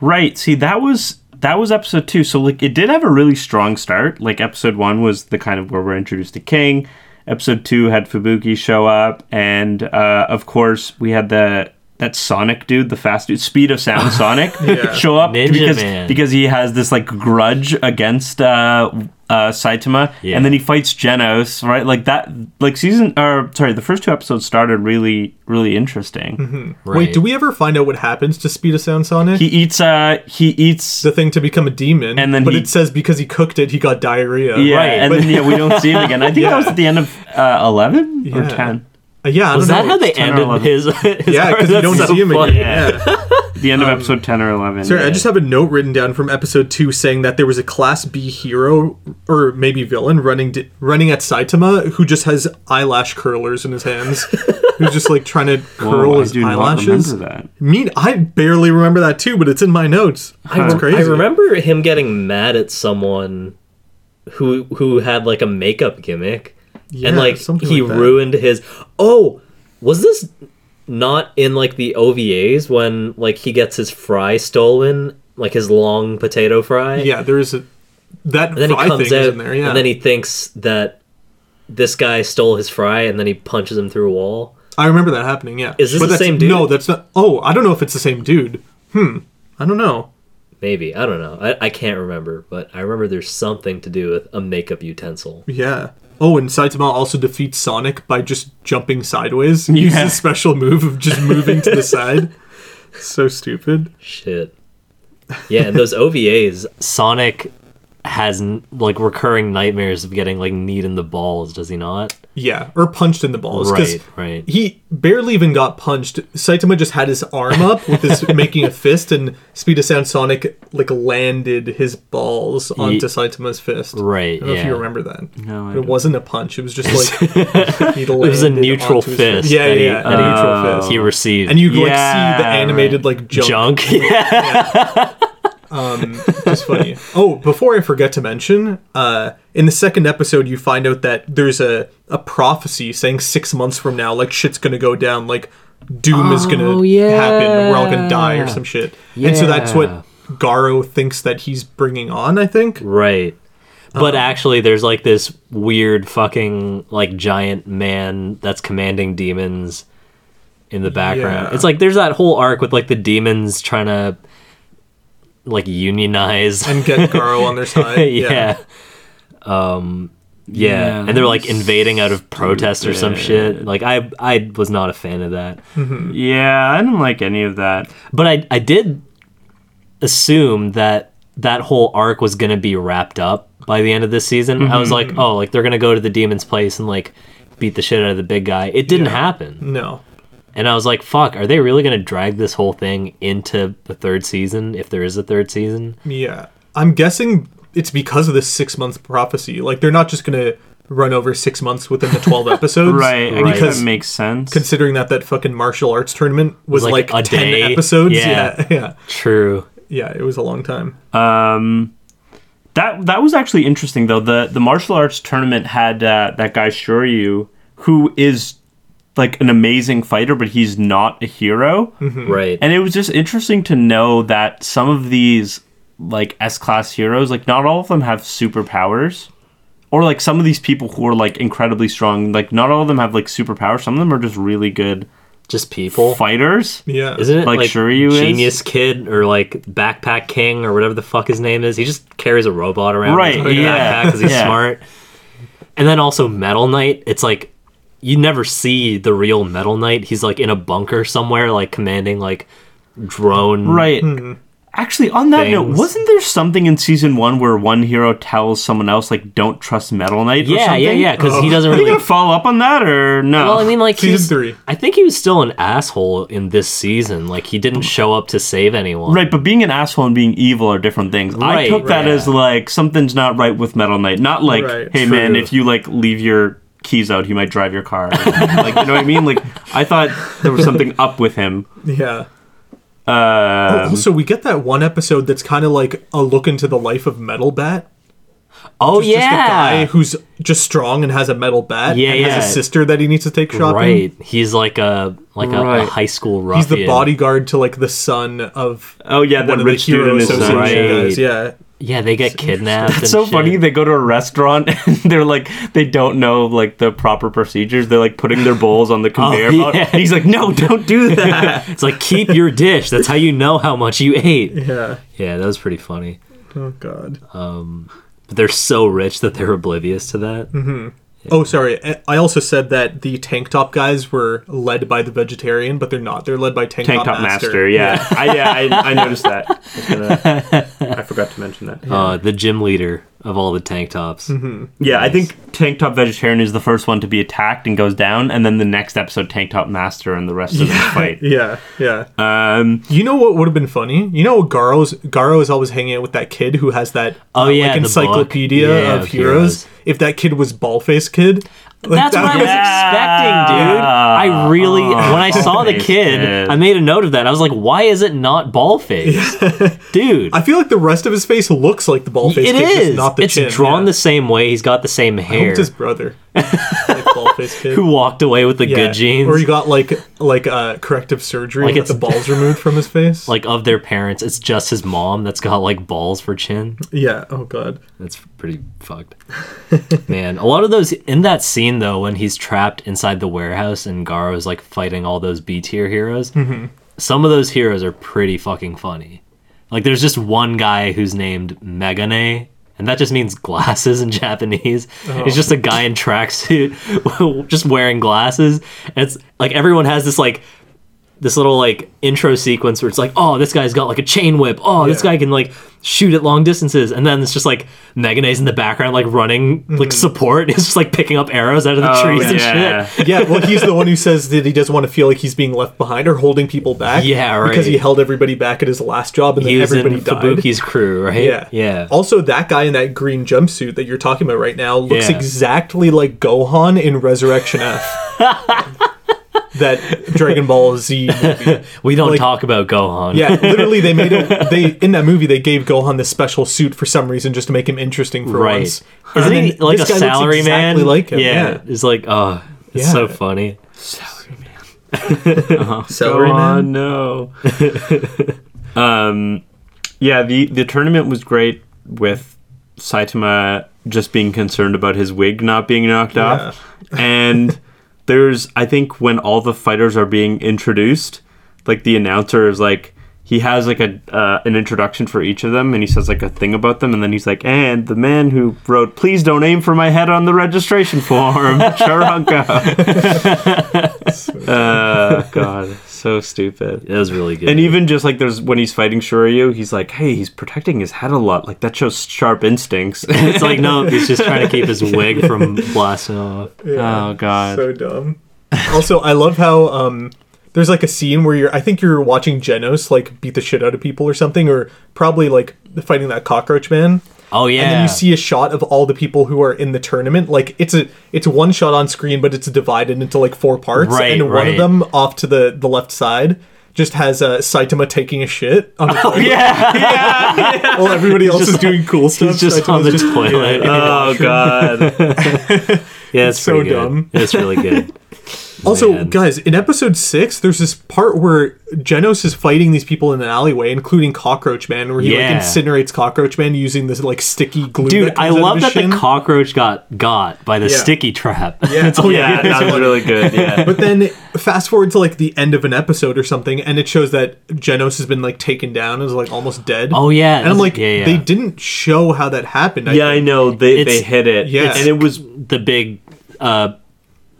Speaker 5: Right. See, that was that was episode two. So like it did have a really strong start. Like episode one was the kind of where we're introduced to King. Episode two had Fubuki show up, and uh, of course we had the that Sonic dude, the fast dude, speed of sound Sonic, show up
Speaker 3: Ninja
Speaker 5: because
Speaker 3: Man.
Speaker 5: because he has this like grudge against uh, uh, Saitama,
Speaker 3: Yeah.
Speaker 5: and then he fights Genos, right? Like that, like season or sorry, the first two episodes started really really interesting.
Speaker 3: Right?
Speaker 4: Wait, do we ever find out what happens to Speed of Sound Sonic?
Speaker 5: He eats uh he eats
Speaker 4: the thing to become a demon,
Speaker 5: And then
Speaker 4: but
Speaker 5: he-
Speaker 4: it says because he cooked it, he got diarrhea.
Speaker 5: Yeah,
Speaker 3: Right.
Speaker 5: and
Speaker 4: But-
Speaker 5: then yeah, we don't see him again. I think
Speaker 4: Yeah.
Speaker 5: that was at the end of uh, eleven or
Speaker 4: Yeah.
Speaker 5: ten.
Speaker 4: Uh, yeah. I
Speaker 3: Was
Speaker 4: don't
Speaker 3: that
Speaker 4: know.
Speaker 3: how they
Speaker 5: 10 or
Speaker 3: ended
Speaker 5: 11.
Speaker 3: his? his
Speaker 4: Yeah,
Speaker 3: arc?
Speaker 4: because you
Speaker 3: That's
Speaker 4: don't
Speaker 3: so
Speaker 4: see him
Speaker 3: funny.
Speaker 4: again. Yeah.
Speaker 5: The end
Speaker 4: Um,
Speaker 5: of episode ten or eleven.
Speaker 4: Sorry,
Speaker 5: yeah.
Speaker 4: I just have a note written down from episode two saying that there was a class B hero or maybe villain running d running at Saitama who just has eyelash curlers in his hands, who's just like trying to curl
Speaker 5: Whoa, I
Speaker 4: his
Speaker 5: do not
Speaker 4: eyelashes.
Speaker 5: remember that.
Speaker 4: Mean, I barely remember that too, but it's in my notes. It's crazy.
Speaker 3: I remember him getting mad at someone who who had like a makeup gimmick,
Speaker 4: Yeah,
Speaker 3: and like
Speaker 4: something
Speaker 3: he
Speaker 4: like that.
Speaker 3: ruined his. Oh, was this not in like the OVAs when like he gets his fry stolen, like his long potato fry?
Speaker 4: Yeah, there is a that
Speaker 3: And then
Speaker 4: fry
Speaker 3: he comes
Speaker 4: thing
Speaker 3: out,
Speaker 4: is in there. Yeah,
Speaker 3: and then he thinks that this guy stole his fry, and then he punches him through a wall.
Speaker 4: I remember that happening. Yeah,
Speaker 3: Is this the
Speaker 4: that's-
Speaker 3: same dude?
Speaker 4: No, that's not. Oh, I don't know if it's the same dude. Hmm, I don't know.
Speaker 3: Maybe I don't know. I, I can't remember, but I remember there's something to do with a makeup utensil.
Speaker 4: Yeah. Oh, and Saitama also defeats Sonic by just jumping sideways. He
Speaker 5: Yeah.
Speaker 4: uses a special move of just moving to the side. So stupid.
Speaker 3: Shit. Yeah, and those OVAs, Sonic has n- like recurring nightmares of getting like kneed in the balls, does he not?
Speaker 4: Yeah, or punched in the balls. 'cause
Speaker 3: Right, right.
Speaker 4: He barely even got punched. Saitama just had his arm up with his making a fist, and Speed of Sound Sonic like landed his balls onto Saitama's fist.
Speaker 3: Right,
Speaker 4: I don't know if
Speaker 3: yeah.
Speaker 4: you remember that.
Speaker 5: No, I
Speaker 4: it
Speaker 5: don't.
Speaker 4: wasn't a punch. It was just like he landed
Speaker 3: It was a neutral
Speaker 4: onto his face.
Speaker 3: fist.
Speaker 4: Yeah,
Speaker 3: that
Speaker 4: yeah,
Speaker 3: he-
Speaker 4: yeah,
Speaker 3: that
Speaker 4: a
Speaker 3: he-
Speaker 4: neutral fist.
Speaker 3: He received
Speaker 4: and you like
Speaker 5: Yeah,
Speaker 4: see the animated like junk.
Speaker 3: junk. Yeah.
Speaker 4: It's funny. oh, before I forget to mention, uh, in the second episode, you find out that there's a a prophecy saying six months from now, like shit's gonna go down, like doom is gonna
Speaker 3: Oh, yeah.
Speaker 4: happen, we're all gonna die or some shit. And so that's
Speaker 3: Yeah.
Speaker 4: what Garo thinks that he's bringing on. I think.
Speaker 3: Right.
Speaker 4: Uh-huh.
Speaker 3: But actually, there's like this weird fucking like giant man that's commanding demons in the background.
Speaker 4: Yeah.
Speaker 3: It's like there's that whole arc with like the demons trying to like unionize.
Speaker 4: And get Garo on their side.
Speaker 3: yeah. Um yeah.
Speaker 5: Yeah,
Speaker 3: and they're
Speaker 5: that
Speaker 3: like
Speaker 5: was
Speaker 3: invading out of protest or some shit. Like I I was not a fan of that.
Speaker 5: Yeah, I don't like any of that.
Speaker 3: But I I did assume that that whole arc was going to be wrapped up by the end of this season. I was
Speaker 5: Mm-hmm.
Speaker 3: like, "Oh, like they're going to go to the demon's place and like beat the shit out of the big guy." It didn't happen.
Speaker 4: No.
Speaker 3: And I was like, "Fuck, are they really going to drag this whole thing into the third season if there is a third season?"
Speaker 4: Yeah. I'm guessing it's because of this six month prophecy. Like they're not just gonna run over six months within the twelve episodes.
Speaker 5: Right, I guess
Speaker 4: Because
Speaker 5: that makes sense.
Speaker 4: considering that that fucking martial arts tournament was,
Speaker 3: Was like
Speaker 4: like,
Speaker 3: a
Speaker 4: 10
Speaker 3: day.
Speaker 4: episodes
Speaker 3: Yeah.
Speaker 4: yeah yeah
Speaker 3: True.
Speaker 4: yeah it was a long time
Speaker 5: That that was actually interesting though. The the martial arts tournament had uh, that guy Shoryu, who is like an amazing fighter, but he's not a hero.
Speaker 4: Mm-hmm.
Speaker 3: Right.
Speaker 5: And it was just interesting to know that some of these like S class heroes, like not all of them have superpowers. Or like some of these people who are like incredibly strong, like not all of them have like superpowers. Some of them are just really good
Speaker 3: just people.
Speaker 5: fighters.
Speaker 4: Yeah.
Speaker 3: Isn't it
Speaker 5: Like
Speaker 3: like,
Speaker 5: Shiryu is?
Speaker 3: Genius Kid or like Backpack King or whatever the fuck his name is? He just carries a robot around,
Speaker 5: Right,
Speaker 3: in his
Speaker 5: yeah.
Speaker 3: backpack because he's
Speaker 5: Yeah.
Speaker 3: smart. And then also Metal Knight. It's like you never see the real Metal Knight. He's like in a bunker somewhere, like commanding like drone.
Speaker 5: Right. Actually, on that note,
Speaker 3: Hmm. Things.
Speaker 5: wasn't there something in season one where one hero tells someone else like "Don't trust Metal Knight"? or
Speaker 3: Yeah,
Speaker 5: something?
Speaker 3: yeah, yeah. Because he doesn't
Speaker 5: Are you
Speaker 3: really.
Speaker 5: gonna follow up on that or no?
Speaker 3: Well, I mean, like
Speaker 4: Season
Speaker 3: he's-
Speaker 4: three.
Speaker 3: I think he was still an asshole in this season. Like he didn't show up to save anyone.
Speaker 5: Right, but being an asshole and being evil are different things. I
Speaker 3: Right,
Speaker 5: took that
Speaker 3: right.
Speaker 5: as like something's not right with Metal Knight. Not like,
Speaker 4: Right,
Speaker 5: hey
Speaker 4: true.
Speaker 5: man, if you like leave your keys out, he might drive your car. like, you know what I mean? Like, I thought there was something up with him.
Speaker 4: Yeah. Oh,
Speaker 5: Uh,
Speaker 4: also, we get that one episode that's kind of like a look into the life of Metal Bat.
Speaker 3: Oh
Speaker 4: It's
Speaker 3: yeah.
Speaker 4: Just a guy who's just strong and has a metal bat.
Speaker 3: Yeah,
Speaker 4: and
Speaker 3: yeah.
Speaker 4: Has a sister that he needs to take shopping.
Speaker 3: Right. He's like a like a- a,
Speaker 5: Right.
Speaker 3: high school ruffian.
Speaker 4: He's the bodyguard to like the son of
Speaker 5: oh yeah, that
Speaker 4: one of the
Speaker 5: rich dude
Speaker 4: hero
Speaker 5: and his uh, son.
Speaker 4: association
Speaker 3: Right.
Speaker 4: guys. Yeah.
Speaker 3: Yeah, they get kidnapped.
Speaker 5: It's
Speaker 3: and
Speaker 5: so
Speaker 3: shit.
Speaker 5: funny. They go to a restaurant and they're like, they don't know like the proper procedures. They're like putting their bowls on the conveyor belt.
Speaker 3: yeah.
Speaker 5: He's like, no, don't do that.
Speaker 3: It's like keep your dish. That's how you know how much you ate.
Speaker 4: Yeah.
Speaker 3: Yeah, that was pretty funny.
Speaker 4: Oh god.
Speaker 3: But they're so rich that they're oblivious to that.
Speaker 4: Oh, sorry. I- I also said that the tank top guys were led by the vegetarian, but they're not. They're led by tank,
Speaker 5: Tank top master. yeah, I, yeah, I, I noticed that. I, was gonna, I forgot to mention that.
Speaker 3: Uh, the gym leader of all the tank tops.
Speaker 4: Mm-hmm.
Speaker 5: Yeah, I think Tank Top Vegetarian is the first one to be attacked and goes down, and then the next episode, Tank Top Master and the rest of them fight.
Speaker 4: Yeah. Yeah.
Speaker 5: Um,
Speaker 4: you know what would have been funny? You know Garo's Garo is always hanging out with that kid who has that uh,
Speaker 3: Oh, yeah,
Speaker 4: like
Speaker 3: the book.
Speaker 4: encyclopedia
Speaker 3: Yeah,
Speaker 4: of
Speaker 3: of
Speaker 4: heroes.
Speaker 3: heroes.
Speaker 4: If that kid was Ballface Kid, like,
Speaker 3: That's
Speaker 4: that
Speaker 3: what I was expecting, dude. I
Speaker 4: was-
Speaker 3: really,
Speaker 4: Oh,
Speaker 3: when I saw the
Speaker 5: nice,
Speaker 3: kid,
Speaker 5: man.
Speaker 3: I made a note of that. I was like, why is it not ball face, dude?
Speaker 4: I feel like the rest of his face looks like the Ballface
Speaker 3: It
Speaker 4: Kid, just
Speaker 3: is.
Speaker 4: not the
Speaker 3: it's
Speaker 4: chin.
Speaker 3: drawn
Speaker 4: yeah.
Speaker 3: the same way. He's got the same
Speaker 4: I
Speaker 3: hair.
Speaker 4: hope it's his brother. like Ballface Kid.
Speaker 3: Who walked away with the
Speaker 4: Yeah.
Speaker 3: good genes?
Speaker 4: Or he got like like uh, corrective surgery
Speaker 3: Like
Speaker 4: like
Speaker 3: it's-
Speaker 4: the balls removed from his face.
Speaker 3: like of their parents. It's just his mom that's got like balls for chin.
Speaker 4: yeah. Oh god.
Speaker 3: That's pretty fucked. Man, a lot of those in that scene though, when he's trapped inside the warehouse and Garo's like fighting all those B tier heroes, some of those heroes are pretty fucking funny. Like there's just one guy who's named Megane. And that just means glasses in Japanese. It's just a guy in tracksuit, just wearing glasses. And it's like everyone has this like this little like intro sequence where it's like, oh, this guy's got like a chain whip. Oh, this
Speaker 4: Yeah.
Speaker 3: guy can like shoot at long distances. And then it's just like Megane's in the background, like running like support. He's just like picking up arrows out of the
Speaker 5: Oh,
Speaker 3: trees and
Speaker 5: yeah.
Speaker 3: shit.
Speaker 4: Yeah, well, he's the one who says that he doesn't want to feel like he's being left behind or holding people back.
Speaker 3: Yeah,
Speaker 4: Because
Speaker 3: right.
Speaker 4: he held everybody back at his last job, and
Speaker 3: He
Speaker 4: then
Speaker 3: was
Speaker 4: everybody
Speaker 3: in
Speaker 4: died.
Speaker 3: Kabuki's crew, right?
Speaker 4: Yeah,
Speaker 3: Yeah.
Speaker 4: Also, that guy in that green jumpsuit that you're talking about right now looks
Speaker 3: Yeah.
Speaker 4: exactly like Gohan in Resurrection F. that Dragon Ball Z movie.
Speaker 3: we don't
Speaker 4: like-
Speaker 3: talk about Gohan.
Speaker 4: Yeah, literally, they made it. They in that movie, they gave Gohan this special suit for some reason, just to make him interesting for
Speaker 3: Right.
Speaker 4: once.
Speaker 3: Isn't
Speaker 4: And
Speaker 3: he
Speaker 4: then
Speaker 3: like a
Speaker 4: this guy looks
Speaker 3: salary
Speaker 4: exactly
Speaker 3: man?
Speaker 4: Like him.
Speaker 3: yeah. It's like, oh, it's
Speaker 4: Yeah.
Speaker 3: so funny.
Speaker 4: salary
Speaker 5: oh
Speaker 4: man.
Speaker 5: no. um, yeah the the tournament was great with Saitama just being concerned about his wig not being knocked off, and there's I think when all the fighters are being introduced, like the announcer is like. He has like a uh, an introduction for each of them, and he says like a thing about them, and then he's like, "And the man who wrote, please don't aim for my head on the registration form, Charunka." uh, God, so stupid.
Speaker 3: That was really good.
Speaker 5: And even just like there's when he's fighting Shoryu, he's like, hey, he's protecting his head a lot. Like that shows sharp instincts.
Speaker 3: it's like, no, he's just trying to keep his wig from blasting off.
Speaker 5: oh god.
Speaker 4: So dumb. also, I love how um, there's like a scene where you're. I think you're watching Genos like beat the shit out of people or something, or probably like fighting that cockroach man.
Speaker 3: Oh yeah.
Speaker 4: And then you see a shot of all the people who are in the tournament. Like it's a it's one shot on screen, but it's divided into like four parts,
Speaker 3: Right,
Speaker 4: and one
Speaker 3: right.
Speaker 4: of them off to the the left side. Just has uh, Saitama taking a shit on the
Speaker 3: Oh,
Speaker 4: toilet
Speaker 5: Yeah.
Speaker 4: while everybody else is doing cool stuff.
Speaker 3: He's just on the
Speaker 4: Saitama's
Speaker 3: toilet.
Speaker 5: Oh god.
Speaker 3: Yeah, it's
Speaker 4: so
Speaker 3: pretty good.
Speaker 4: dumb.
Speaker 3: It's really good.
Speaker 4: Also,
Speaker 3: Man.
Speaker 4: guys, in episode six, there's this part where Genos is fighting these people in an alleyway, including Cockroach Man, where he
Speaker 3: Yeah.
Speaker 4: like incinerates Cockroach Man using this like sticky glue.
Speaker 3: Dude,
Speaker 4: that
Speaker 3: I
Speaker 4: comes out of
Speaker 3: love
Speaker 4: his
Speaker 3: that the
Speaker 4: shin.
Speaker 3: cockroach got got by the
Speaker 4: Yeah.
Speaker 3: sticky trap.
Speaker 4: Yeah. Oh,
Speaker 5: Yeah, that was really good. Yeah.
Speaker 4: But then fast forward to like the end of an episode or something, and it shows that Genos has been like taken down and is like almost dead.
Speaker 3: Oh, yeah,
Speaker 4: and I'm
Speaker 3: that's-
Speaker 4: like,
Speaker 3: yeah, yeah.
Speaker 4: they didn't show how that happened.
Speaker 5: yeah, I
Speaker 4: think.
Speaker 5: know they
Speaker 3: It's-
Speaker 5: they hit it.
Speaker 4: yeah.
Speaker 5: and it was
Speaker 3: the big uh,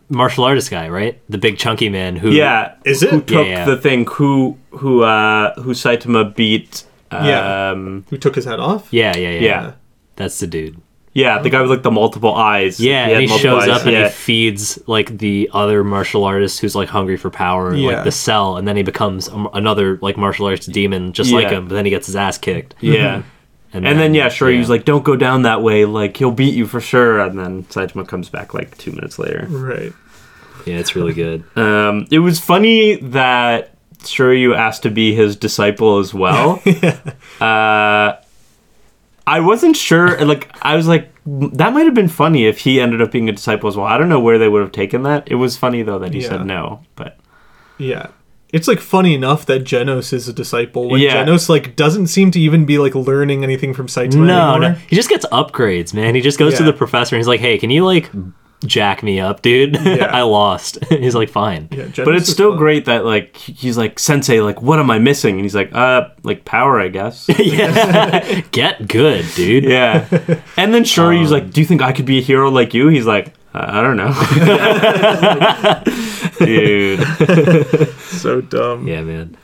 Speaker 3: martial artist guy, right? The big chunky man who
Speaker 5: yeah.
Speaker 4: Is
Speaker 5: Who
Speaker 4: it?
Speaker 5: took
Speaker 3: Yeah, yeah.
Speaker 5: the thing? Who who uh who Saitama beat? Um,
Speaker 4: Yeah. who took his head off.
Speaker 3: yeah, yeah, yeah,
Speaker 5: Yeah.
Speaker 3: That's the dude.
Speaker 5: Yeah, the guy with like the multiple eyes.
Speaker 3: Yeah,
Speaker 5: had
Speaker 3: and he
Speaker 5: multiple
Speaker 3: shows
Speaker 5: eyes,
Speaker 3: up and
Speaker 5: yeah.
Speaker 3: he feeds like the other martial artist who's like hungry for power, and,
Speaker 4: Yeah.
Speaker 3: like the cell, and then he becomes a, another like martial arts demon just like
Speaker 5: Yeah.
Speaker 3: him, but then he gets his ass kicked.
Speaker 5: yeah. And then yeah, sure. He was like, "Don't go down that way. Like he'll beat you for sure." And then Saitama comes back like two minutes later.
Speaker 4: Right.
Speaker 3: yeah, it's really good.
Speaker 5: Um, it was funny that Shiryu asked to be his disciple as well. uh, I wasn't sure. Like, I was like, that might have been funny if he ended up being a disciple as well. I don't know where they would have taken that. It was funny though that he
Speaker 4: Yeah.
Speaker 5: said no. But
Speaker 4: Yeah. It's like funny enough that Genos is a disciple when
Speaker 5: Yeah.
Speaker 4: Genos like doesn't seem to even be like learning anything from Saitama
Speaker 3: No,
Speaker 4: anymore.
Speaker 3: no. He just gets upgrades, man. He just goes to the
Speaker 4: Yeah.
Speaker 3: professor and he's like, hey, can you, like, jack me up, dude? I lost. he's like, fine.
Speaker 4: Yeah,
Speaker 5: but
Speaker 4: Genos
Speaker 5: it's
Speaker 4: is
Speaker 5: still
Speaker 4: fun.
Speaker 5: great that like he's like sensei. Like, what am I missing? And he's like, uh, like power, I guess.
Speaker 3: Yeah. Get good, dude.
Speaker 5: yeah. And then Shiryu's
Speaker 4: Um,
Speaker 5: like, do you think I could be a hero like you? He's like. I I don't know, dude.
Speaker 4: So dumb.
Speaker 3: Yeah, man.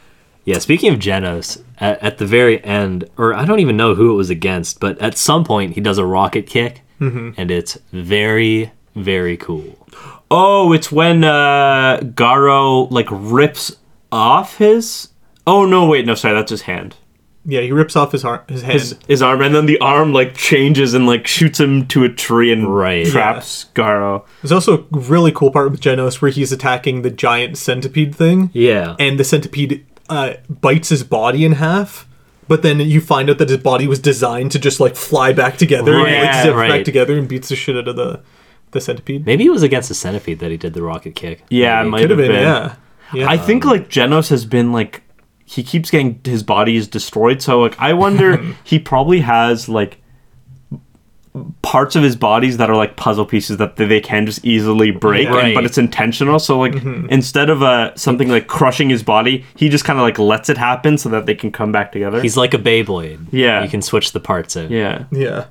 Speaker 3: Yeah, speaking of Genos, at, at the very end, or I don't even know who it was against, but at some point he does a rocket kick,
Speaker 4: Mm-hmm.
Speaker 3: and it's very, very cool.
Speaker 5: Oh, it's when uh, Garo like rips off his. Oh no! Wait, no, sorry, that's his hand.
Speaker 4: Yeah, he rips off his arm, his hand.
Speaker 5: His, his arm, and then the arm like changes and like shoots him to a tree and
Speaker 3: Right.
Speaker 5: traps Garo.
Speaker 4: There's also a really cool part with Genos where he's attacking the giant centipede thing.
Speaker 3: Yeah.
Speaker 4: And the centipede uh, bites his body in half. But then you find out that his body was designed to just like fly back together and like
Speaker 3: Yeah,
Speaker 4: zip back
Speaker 3: right.
Speaker 4: together and beats the shit out of the the centipede.
Speaker 3: Maybe it was against the centipede that he did the rocket kick.
Speaker 5: Yeah,
Speaker 3: Maybe.
Speaker 5: it might
Speaker 4: Could have been,
Speaker 5: been.
Speaker 4: yeah. Yeah.
Speaker 3: Um,
Speaker 5: I think like Genos has been like he keeps getting his body is destroyed. So like I wonder he probably has like parts of his bodies that are like puzzle pieces that they- they can just easily break,
Speaker 3: Right. Mm-hmm.
Speaker 5: and, but it's intentional. So like instead of uh, something like crushing his body, he just kind of like lets it happen so that they can come back together.
Speaker 3: He's like a Beyblade.
Speaker 5: Yeah.
Speaker 3: You can switch the parts out.
Speaker 5: yeah,
Speaker 4: yeah.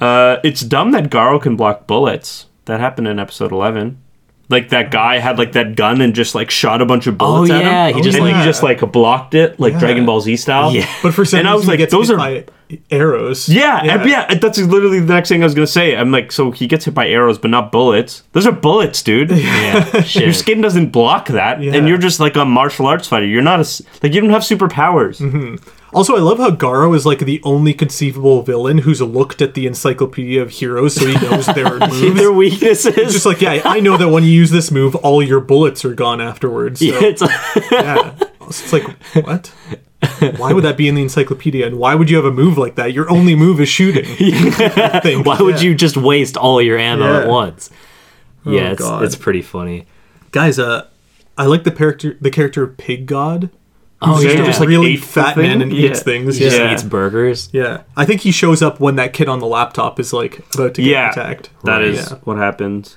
Speaker 5: uh, it's dumb that Garo can block bullets. That happened in episode eleven. Like that guy had like that gun and just like shot a bunch of bullets
Speaker 3: Oh,
Speaker 5: at him.
Speaker 3: yeah, he just,
Speaker 5: and
Speaker 4: like-
Speaker 5: he just like blocked it like Dragon Ball Z style.
Speaker 3: Yeah.
Speaker 4: But for some
Speaker 5: And I
Speaker 4: reason
Speaker 5: was
Speaker 4: he
Speaker 5: like,
Speaker 4: gets
Speaker 5: those
Speaker 4: hit
Speaker 5: are-
Speaker 4: by arrows.
Speaker 5: Yeah, and- yeah, that's literally the next thing I was gonna say. I'm like, so he gets hit by arrows, but not bullets. Those are bullets, dude.
Speaker 3: Yeah. Shit.
Speaker 5: Your skin doesn't block that,
Speaker 4: Yeah.
Speaker 5: and you're just like a martial arts fighter. You're not a s- like you don't have superpowers.
Speaker 4: Also, I love how Garo is like the only conceivable villain who's looked at the Encyclopedia of Heroes, so he knows their moves.
Speaker 3: Their weaknesses.
Speaker 4: Just like, yeah, I know that when you use this move, all your bullets are gone afterwards. So,
Speaker 3: Yeah,
Speaker 4: yeah.
Speaker 3: it's like-
Speaker 4: Also, it's like, what? Why would that be in the encyclopedia? And why would you have a move like that? Your only move is shooting. I think.
Speaker 3: why would
Speaker 4: Yeah.
Speaker 3: you just waste all your ammo
Speaker 4: Yeah. Oh,
Speaker 3: at once? Yeah, it's,
Speaker 4: God.
Speaker 3: it's pretty funny.
Speaker 4: guys? Uh, I like the character, the character of Pig God. Oh,
Speaker 3: yeah.
Speaker 5: Like
Speaker 4: just like really
Speaker 5: ate the
Speaker 4: fat
Speaker 5: thing?
Speaker 4: man and
Speaker 5: Yeah.
Speaker 4: eats things.
Speaker 3: He just
Speaker 5: Yeah.
Speaker 3: eats burgers.
Speaker 4: Yeah, I think he shows up when that kid on the laptop is like about to get
Speaker 5: Yeah,
Speaker 4: attacked.
Speaker 5: that is
Speaker 4: Yeah.
Speaker 5: what happens.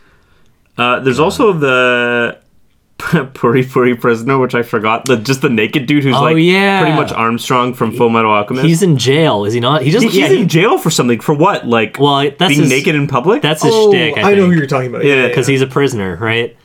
Speaker 5: Uh, there's also the Puri Puri prisoner, which I forgot. The just the naked dude who's
Speaker 3: Oh,
Speaker 5: like
Speaker 3: yeah.
Speaker 5: pretty much Armstrong from Full Metal Alchemist.
Speaker 3: He's in jail, is he not? He just
Speaker 5: He- he's
Speaker 3: yeah, he-
Speaker 5: in jail for something. For what? Like
Speaker 3: Well, that's
Speaker 5: being
Speaker 3: his-
Speaker 5: naked in public.
Speaker 3: that's his
Speaker 4: Oh,
Speaker 3: shtick.
Speaker 4: I, know who you're talking about.
Speaker 5: Yeah,
Speaker 3: because he's a prisoner, right?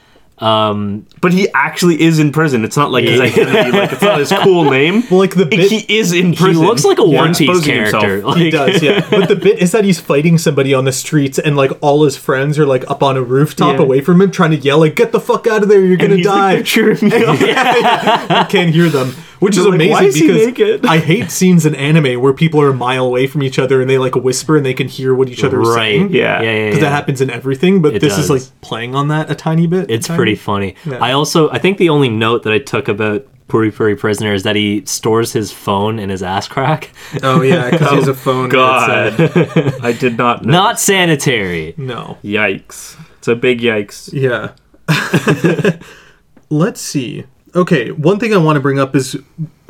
Speaker 3: Um,
Speaker 5: But he actually is in prison. It's not like his identity. Like it's not his cool name.
Speaker 4: Well, like the bit-
Speaker 5: he is in prison.
Speaker 3: he looks like a One Piece
Speaker 5: exposing
Speaker 3: character.
Speaker 5: himself.
Speaker 3: Like,
Speaker 4: He does, yeah. But the bit is that he's fighting somebody on the streets, and like all his friends are like up on a rooftop
Speaker 5: Yeah.
Speaker 4: away from him, trying to yell like "Get the fuck out of there! You're gonna
Speaker 5: he's
Speaker 4: die!"
Speaker 5: like, "They're cheering me on.
Speaker 4: I can't hear them, which is
Speaker 5: They're like,
Speaker 4: amazing
Speaker 5: "Why is he
Speaker 4: because
Speaker 5: naked?"
Speaker 4: I hate scenes in anime where people are a mile away from each other and they like whisper and they can hear what each other is
Speaker 3: right?
Speaker 4: saying.
Speaker 5: Yeah.
Speaker 3: yeah, yeah.
Speaker 4: because
Speaker 3: yeah.
Speaker 4: that happens in everything. But
Speaker 3: It
Speaker 4: this
Speaker 3: does.
Speaker 4: is like playing on that a tiny bit.
Speaker 3: It's
Speaker 4: Tiny-
Speaker 3: pretty funny.
Speaker 4: Yeah.
Speaker 3: I also I think the only note that I took about Puri Puri Prisoner is that he stores his phone in his ass crack.
Speaker 4: Oh yeah, because he has a phone. uh,
Speaker 5: God, I did not know.
Speaker 3: Not sanitary.
Speaker 4: No.
Speaker 5: yikes! It's a big yikes.
Speaker 4: Yeah. Let's see. Okay, one thing I want to bring up is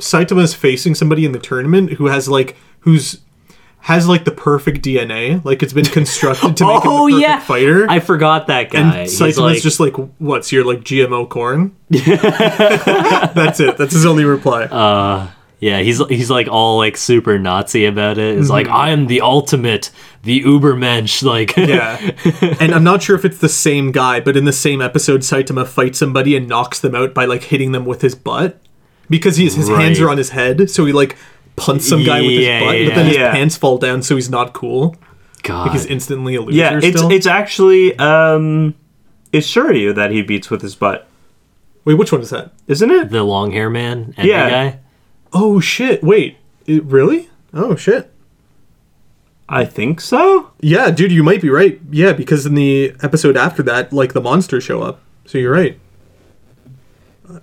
Speaker 4: Saitama is facing somebody in the tournament who has like who's has like the perfect DNA. Like it's been constructed to make
Speaker 3: Oh
Speaker 4: him the perfect
Speaker 3: yeah,
Speaker 4: fighter.
Speaker 3: I forgot that
Speaker 4: and
Speaker 3: guy. Uh, He's
Speaker 4: Saitama's
Speaker 3: like,
Speaker 4: just like, what's your like GMO corn? That's it. That's his only reply.
Speaker 3: yeah, he's he's like all like super Nazi about it. It's
Speaker 4: Mm-hmm.
Speaker 3: like I am the ultimate, the Ubermensch. Like
Speaker 4: yeah. And I'm not sure if it's the same guy, but in the same episode, Saitama fights somebody and knocks them out by like hitting them with his butt because he, his hands
Speaker 3: Right.
Speaker 4: are on his head, so he like punts some guy with his
Speaker 3: Yeah,
Speaker 4: butt, but then his
Speaker 5: yeah.
Speaker 4: pants fall down, so he's not cool.
Speaker 3: God,
Speaker 4: He's instantly a loser.
Speaker 5: Yeah, it's
Speaker 4: still.
Speaker 5: it's actually um, it's Shiryu that he beats with his butt,
Speaker 4: wait, which one is that?
Speaker 5: isn't it?
Speaker 3: the long hair man, and
Speaker 5: Yeah.
Speaker 3: guy.
Speaker 4: Oh shit! Wait, it, really? Oh shit!
Speaker 5: I think so.
Speaker 4: Yeah, dude, you might be right. Yeah, because in the episode after that, like the monsters show up. So you're right.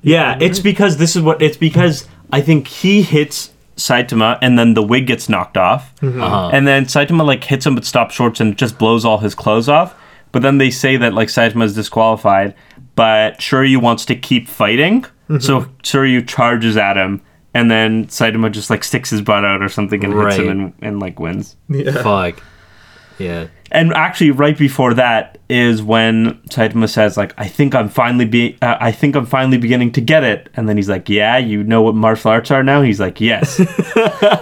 Speaker 5: Yeah, it's because this is what it's because I think he hits Saitama and then the wig gets knocked off. And then Saitama like hits him but stops shorts and just blows all his clothes off. But then they say that like Saitama is disqualified, but Shiryu wants to keep fighting. So Shiryu charges at him and then Saitama just like sticks his butt out or something and hits him
Speaker 3: Right.
Speaker 5: and, and like wins.
Speaker 4: Yeah.
Speaker 3: Fuck. Yeah.
Speaker 5: And actually, right before that is when Saitama says, "Like, I think I'm finally be, uh, I think I'm finally beginning to get it." And then he's like, "Yeah, you know what martial arts are now?" He's like, "Yes,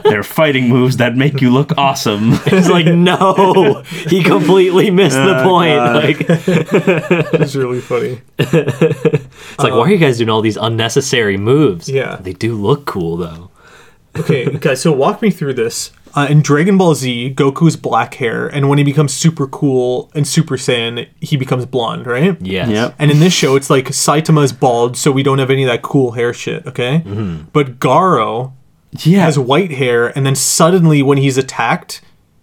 Speaker 5: they're fighting moves that make you look awesome."
Speaker 3: It's like no, he completely missed the
Speaker 4: Oh,
Speaker 3: point. Like it's
Speaker 4: It's really funny.
Speaker 3: like why are you guys doing all these unnecessary moves?
Speaker 4: Yeah.
Speaker 3: they do look cool though.
Speaker 4: Okay, guys, so walk me through this. Uh, in Dragon Ball Z, Goku's black hair, and when he becomes super cool and Super Saiyan, he becomes blonde, right?
Speaker 3: Yes.
Speaker 5: Yep.
Speaker 4: And in this show, it's like Saitama's bald, so we don't have any of that cool hair shit, okay?
Speaker 3: Mm-hmm.
Speaker 4: But Garo
Speaker 5: yeah,
Speaker 4: has white hair, and then suddenly, when he's attacked,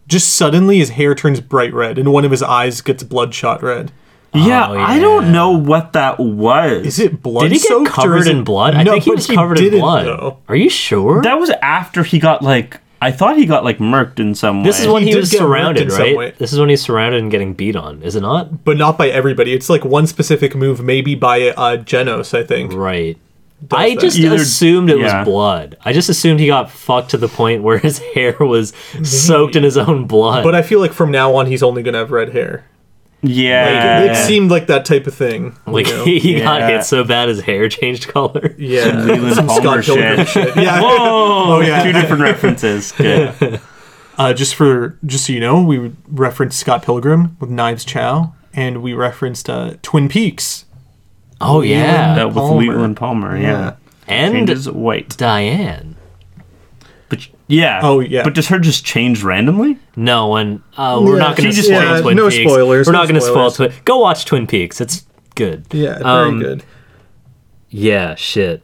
Speaker 4: just suddenly his hair turns bright red, and one of his eyes gets bloodshot red.
Speaker 5: yeah.
Speaker 3: Oh,
Speaker 5: I
Speaker 3: yeah.
Speaker 5: don't know what that was.
Speaker 4: Is it blood?
Speaker 3: Did he get
Speaker 4: soaked, or
Speaker 3: covered
Speaker 4: is it-
Speaker 3: in blood? I
Speaker 4: No,
Speaker 3: think he
Speaker 4: but
Speaker 3: was covered in
Speaker 4: didn't,
Speaker 3: blood.
Speaker 4: though.
Speaker 3: Are you sure?
Speaker 5: that was after he got like. I thought he got like murked in some
Speaker 3: this
Speaker 5: way.
Speaker 3: is when
Speaker 4: He
Speaker 3: he,
Speaker 4: did
Speaker 3: was
Speaker 4: get murked in
Speaker 3: surrounded,
Speaker 4: some
Speaker 3: right?
Speaker 4: way.
Speaker 3: This is when he's surrounded and getting beat on, is it not?
Speaker 4: But not by everybody. It's like one specific move, maybe by uh, Genos, I think.
Speaker 3: Right. I
Speaker 4: that.
Speaker 3: just
Speaker 5: Either-
Speaker 3: assumed it
Speaker 5: yeah.
Speaker 3: was blood. I just assumed he got fucked to the point where his hair was soaked in his own blood.
Speaker 4: But I feel like from now on, he's only gonna have red hair.
Speaker 5: yeah.
Speaker 4: It seemed like that type of thing. you
Speaker 3: like
Speaker 4: know?
Speaker 3: he got
Speaker 5: Yeah.
Speaker 3: hit so bad his hair changed color.
Speaker 4: yeah,
Speaker 5: Leland
Speaker 4: Some
Speaker 5: Palmer
Speaker 4: Pilgrim
Speaker 5: shit.
Speaker 4: Yeah.
Speaker 5: Whoa!
Speaker 4: Oh, yeah.
Speaker 5: Two different references. Good.
Speaker 4: Uh, just for just so you know, we referenced Scott Pilgrim with Knives Chow, and we referenced uh, Twin Peaks.
Speaker 3: Oh yeah.
Speaker 5: That with
Speaker 4: Palmer.
Speaker 5: Leland Palmer. yeah.
Speaker 3: And
Speaker 5: changes white.
Speaker 3: Diane.
Speaker 5: But yeah.
Speaker 4: Oh, yeah.
Speaker 5: But does her just change randomly?
Speaker 3: No, and uh, we're
Speaker 4: Yeah,
Speaker 3: not going to
Speaker 4: she just-
Speaker 3: spoil
Speaker 4: yeah,
Speaker 3: Twin
Speaker 4: no
Speaker 3: Peaks.
Speaker 4: spoilers,
Speaker 3: We're
Speaker 4: no
Speaker 3: not going to spoil
Speaker 4: spoilers.
Speaker 3: Twin. Go watch Twin Peaks. It's good.
Speaker 4: Yeah, very
Speaker 3: Um,
Speaker 4: good.
Speaker 3: Yeah. Shit.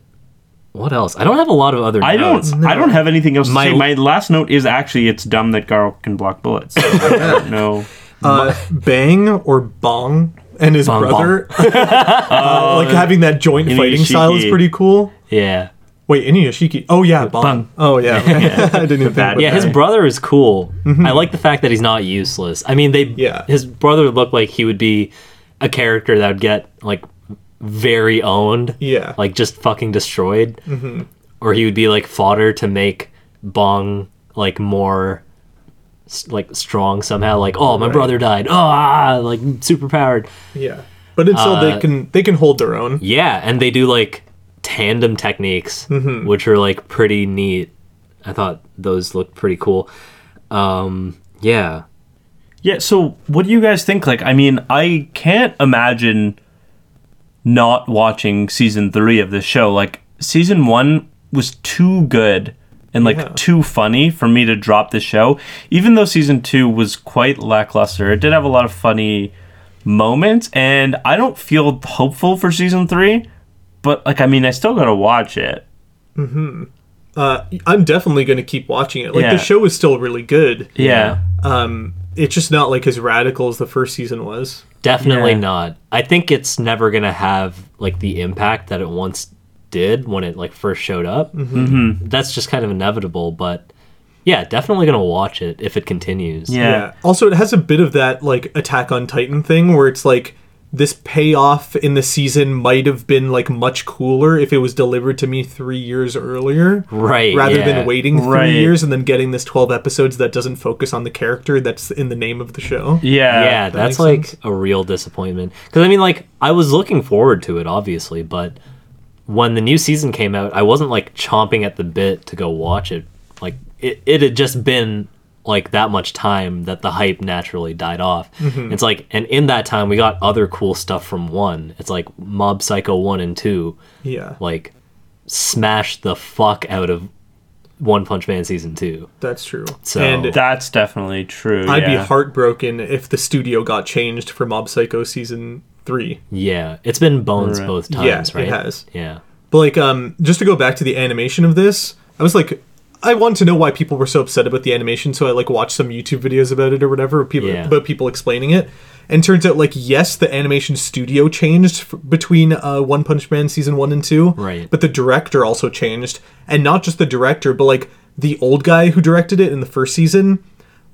Speaker 3: What else? I don't have a lot of other.
Speaker 5: I
Speaker 3: notes.
Speaker 5: don't. I don't have anything else to
Speaker 3: My-
Speaker 5: say. My last note is actually it's dumb that Garl can block bullets. So I don't know.
Speaker 4: Uh, Bang or Bong and his
Speaker 3: Bong
Speaker 4: brother, uh, like having that joint
Speaker 5: Inuyashiki.
Speaker 4: fighting style is pretty cool.
Speaker 3: Yeah.
Speaker 4: Wait, Inuyashiki. Oh yeah, Bong.
Speaker 5: Bong.
Speaker 4: Oh yeah, I didn't even
Speaker 5: bad
Speaker 4: think.
Speaker 3: Yeah,
Speaker 4: about
Speaker 3: his
Speaker 4: that.
Speaker 3: brother is cool. I like the fact that he's not useless. I mean, they
Speaker 4: Mm-hmm. Yeah.
Speaker 3: his brother looked like he would be a character that would get like very owned.
Speaker 4: Yeah.
Speaker 3: Like just fucking destroyed. Mm-hmm. Or he would be like fodder to make Bong like more s- like strong somehow like oh my brother died. Oh, ah, like super powered.
Speaker 4: yeah. But until
Speaker 5: Uh,
Speaker 4: they can they can hold their own.
Speaker 3: Yeah, and they do like tandem techniques, which are like pretty neat. I thought those looked pretty cool. Um, yeah.
Speaker 5: Yeah. So what do you guys think? Like, I mean, I can't imagine not watching season three of this show. Like, season one was too good and like
Speaker 4: Yeah.
Speaker 5: too funny for me to drop the show. Even though season two was quite lackluster, it did have a lot of funny moments, and I don't feel hopeful for season three. But like, I mean, I still gotta watch it.
Speaker 4: uh, I'm definitely going to keep watching it. Like
Speaker 5: Yeah.
Speaker 4: the show is still really good.
Speaker 5: Yeah.
Speaker 4: Um, it's just not like as radical as the first season was.
Speaker 3: Definitely
Speaker 5: Yeah.
Speaker 3: not. I think it's never gonna have like the impact that it once did when it like first showed up. Mm-hmm. That's just kind of inevitable, but yeah, definitely gonna watch it if it continues.
Speaker 5: Yeah.
Speaker 4: Also, it has a bit of that like Attack on Titan thing where it's like this payoff in the season might have been like much cooler if it was delivered to me three years earlier.
Speaker 3: Right,
Speaker 4: Rather
Speaker 3: yeah.
Speaker 4: than waiting three
Speaker 5: Right.
Speaker 4: years and then getting this 12 episodes that doesn't focus on the character that's in the name of the show.
Speaker 5: Yeah.
Speaker 3: yeah, that's
Speaker 4: makes
Speaker 3: like a real disappointment. Because I mean, like I was looking forward to it, obviously, but when the new season came out, I wasn't like chomping at the bit to go watch it. Like it, it had just been like that much time that the hype naturally died off.
Speaker 4: Mm-hmm.
Speaker 3: It's like, and in that time, we got other cool stuff from one. It's like Mob Psycho one and two,
Speaker 4: Yeah.
Speaker 3: like smash the fuck out of One Punch Man season two.
Speaker 4: That's true.
Speaker 3: So-
Speaker 4: and
Speaker 5: That's definitely true.
Speaker 4: I'd
Speaker 5: yeah.
Speaker 4: be heartbroken if the studio got changed for Mob Psycho season three.
Speaker 3: Yeah, it's been bones
Speaker 5: Right.
Speaker 3: both
Speaker 4: Yeah,
Speaker 3: times,
Speaker 4: it
Speaker 3: right?
Speaker 4: has.
Speaker 3: Yeah.
Speaker 4: But like, um, just to go back to the animation of this, I was like, I wanted to know why people were so upset about the animation, so I like watched some YouTube videos about it or whatever, people
Speaker 3: Yeah.
Speaker 4: about people explaining it. And turns out, like, yes, the animation studio changed f- between uh, One Punch Man season one and two,
Speaker 3: Right.
Speaker 4: But the director also changed, and not just the director, but like the old guy who directed it in the first season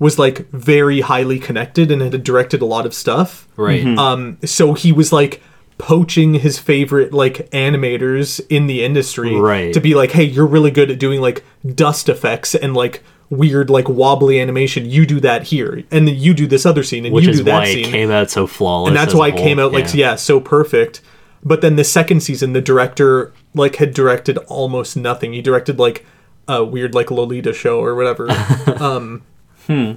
Speaker 4: was like very highly connected and had directed a lot of stuff,
Speaker 3: Right.
Speaker 4: um, so he was like poaching his favorite like animators in the industry
Speaker 3: Right.
Speaker 4: to be like, hey, you're really good at doing like dust effects and like weird like wobbly animation. You do that here, and then you do this other scene, and
Speaker 3: which
Speaker 4: you
Speaker 3: is
Speaker 4: do that
Speaker 3: why
Speaker 4: scene,
Speaker 3: it came out so flawless.
Speaker 4: and that's
Speaker 3: as a
Speaker 4: why it came
Speaker 3: whole.
Speaker 4: out like yeah, so perfect. But then the second season, the director like had directed almost nothing. He directed like a weird like Lolita show or whatever. um,
Speaker 3: Hmm.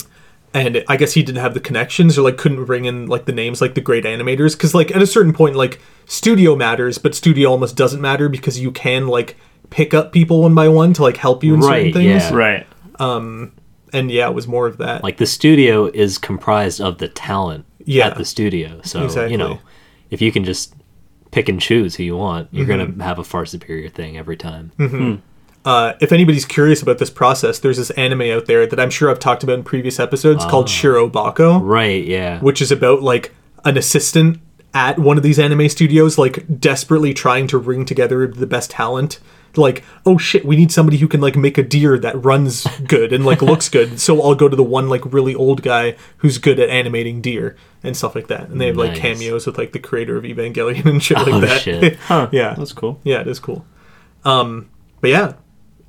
Speaker 4: And I guess he didn't have the connections or like couldn't bring in like the names like the great animators because like at a certain point like studio matters, but studio almost doesn't matter because you can like pick up people one by one to like help you in certain
Speaker 3: Right,
Speaker 4: things.
Speaker 3: yeah.
Speaker 5: right.
Speaker 4: And yeah, it was more of that.
Speaker 3: Like the studio is comprised of the talent
Speaker 4: Yeah.
Speaker 3: at the studio. So
Speaker 4: Exactly.
Speaker 3: you know, if you can just pick and choose who you want, you're
Speaker 4: Mm-hmm.
Speaker 3: gonna have a far superior thing every time.
Speaker 4: Hmm. Uh, if anybody's curious about this process, there's this anime out there that I'm sure I've talked about in previous episodes called Shiro Bako,
Speaker 3: Right? Yeah.
Speaker 4: which is about like an assistant at one of these anime studios, like desperately trying to bring together the best talent. Like, oh shit, we need somebody who can like make a deer that runs good and like looks good. So I'll go to the one like really old guy who's good at animating deer and stuff like that. And they have like
Speaker 3: Nice.
Speaker 4: cameos with like the creator of Evangelion and shit like
Speaker 3: Oh,
Speaker 4: that.
Speaker 3: shit.
Speaker 5: Huh.
Speaker 4: Yeah.
Speaker 5: That's cool.
Speaker 4: Yeah, it is cool. Um, but yeah,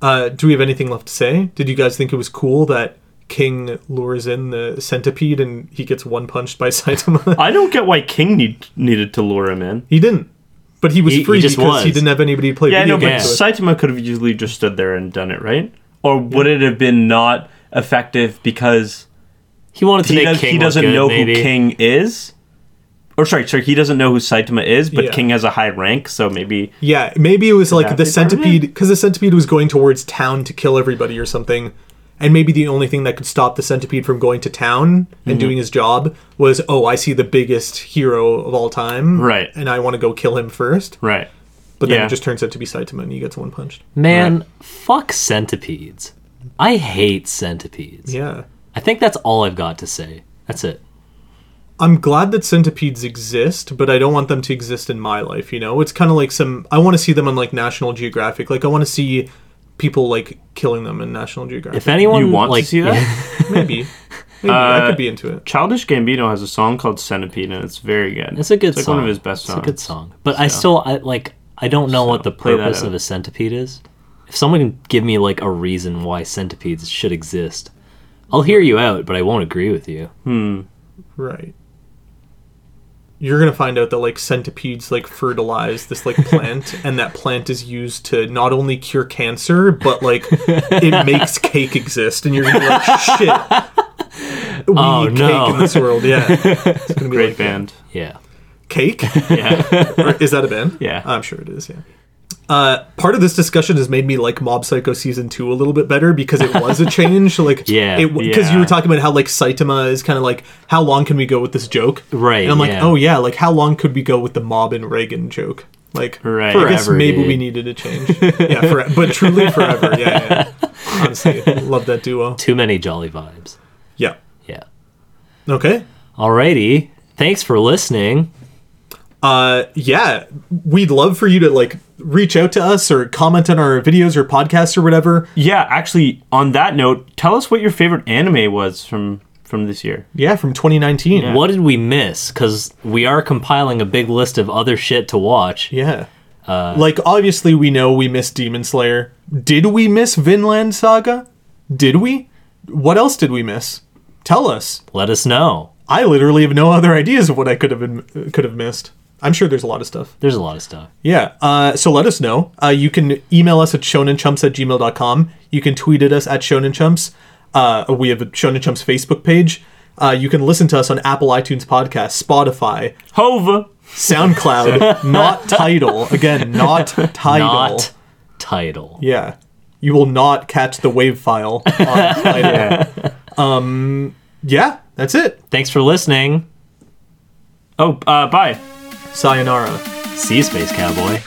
Speaker 4: uh, do we have anything left to say? Did you guys think it was cool that King lures in the centipede and he gets one punched by Saitama?
Speaker 5: I don't get why King need, needed to lure him in.
Speaker 4: he didn't, but he was
Speaker 3: He- he
Speaker 4: free
Speaker 3: just
Speaker 4: because he
Speaker 3: was.
Speaker 4: didn't have anybody to play
Speaker 5: Yeah,
Speaker 4: video
Speaker 5: no, but
Speaker 3: game.
Speaker 4: games with.
Speaker 5: Saitama could have easily just stood there and done it, right? Or would it have been not effective because
Speaker 3: he wanted to
Speaker 5: he,
Speaker 3: make
Speaker 5: does,
Speaker 3: King
Speaker 5: he doesn't
Speaker 3: look good,
Speaker 5: know
Speaker 3: maybe.
Speaker 5: who King is? Or sorry, sorry, he doesn't know who Saitama is, but
Speaker 4: Yeah.
Speaker 5: King has a high rank, so maybe
Speaker 4: Yeah, maybe it was like
Speaker 5: that
Speaker 4: the
Speaker 5: be part of it?
Speaker 4: centipede because the centipede was going towards town to kill everybody or something. And maybe the only thing that could stop the centipede from going to town and doing his job was, oh, I see the biggest hero of all time.
Speaker 5: Right.
Speaker 4: And I want to go kill him first.
Speaker 5: right.
Speaker 4: But then
Speaker 5: Yeah.
Speaker 4: it just turns out to be Saitama and he gets one punched.
Speaker 3: Man, fuck centipedes. I hate centipedes.
Speaker 4: Yeah.
Speaker 3: I think that's all I've got to say. That's it.
Speaker 4: I'm glad that centipedes exist, but I don't want them to exist in my life, you know? It's kind of like some I want to see them on like National Geographic. Like I want to see people like killing them in National Geographic.
Speaker 3: If anyone
Speaker 5: You want
Speaker 3: like,
Speaker 5: to see that?
Speaker 4: maybe. Maybe
Speaker 5: Uh,
Speaker 4: I could be into it.
Speaker 5: Childish Gambino has a song called Centipede, and it's very good.
Speaker 3: It's a good
Speaker 5: It's like
Speaker 3: song.
Speaker 5: one of his best songs.
Speaker 3: It's a good song. But I still I like I don't know what the
Speaker 5: play that
Speaker 3: purpose
Speaker 5: out.
Speaker 3: of a centipede is. If someone can give me like a reason why centipedes should exist, I'll hear you out, but I won't agree with you.
Speaker 4: Right. You're going to find out that like centipedes like fertilize this like plant and that plant is used to not only cure cancer, but like it makes cake exist and you're going to be like shit. We
Speaker 3: Oh,
Speaker 4: need
Speaker 3: no.
Speaker 4: cake in this world, yeah. It's gonna be
Speaker 5: Great
Speaker 4: like,
Speaker 5: band.
Speaker 3: Yeah.
Speaker 4: Cake?
Speaker 5: Yeah.
Speaker 4: Or is that a band?
Speaker 5: Yeah.
Speaker 4: I'm sure it is, yeah. Uh, part of this discussion has made me like Mob Psycho season two a little bit better because it was a change. Like,
Speaker 3: Yeah,
Speaker 4: because you
Speaker 5: yeah.
Speaker 4: were talking about how like Saitama is kind of like, how long can we go with this joke?
Speaker 3: Right,
Speaker 4: And I'm like,
Speaker 3: yeah.
Speaker 4: oh yeah, like how long could we go with the Mob and Reagan joke? Like,
Speaker 5: Right.
Speaker 4: I guess
Speaker 3: Forever,
Speaker 4: maybe
Speaker 3: dude.
Speaker 4: we needed a change. yeah, for, but truly forever. Yeah, yeah. Honestly, love that duo.
Speaker 3: Too many jolly vibes.
Speaker 4: Yeah.
Speaker 3: Yeah.
Speaker 4: Okay.
Speaker 3: Alrighty. Thanks for listening.
Speaker 4: uh yeah we'd love for you to like reach out to us or comment on our videos or podcasts or whatever
Speaker 5: yeah, actually, on that note, tell us what your favorite anime was from from this year.
Speaker 4: Yeah, from 2019. Yeah.
Speaker 3: What did we miss? Because we are compiling a big list of other shit to watch.
Speaker 4: like obviously we know we missed Demon Slayer. Did we miss Vinland Saga? Did we? What else did we miss? Tell us.
Speaker 3: Let us know.
Speaker 4: I literally have no other ideas of what I could have been, could have missed. I'm sure there's a lot of stuff.
Speaker 3: There's a lot of stuff.
Speaker 4: Yeah. Uh, so let us know. Uh, you can email us at shonenchumps at gmail.com. You can tweet at us at shonenchumps. Uh, we have a Shonen Chumps Facebook page. Uh, you can listen to us on Apple iTunes Podcast, Spotify,
Speaker 5: Hova.
Speaker 4: SoundCloud, not title. Again, not title.
Speaker 3: Not title.
Speaker 4: Yeah. You will not catch the wave file on title. Um, yeah, that's it.
Speaker 3: Thanks for listening.
Speaker 5: Oh, uh, bye.
Speaker 4: Sayonara.
Speaker 3: See you, Space Cowboy.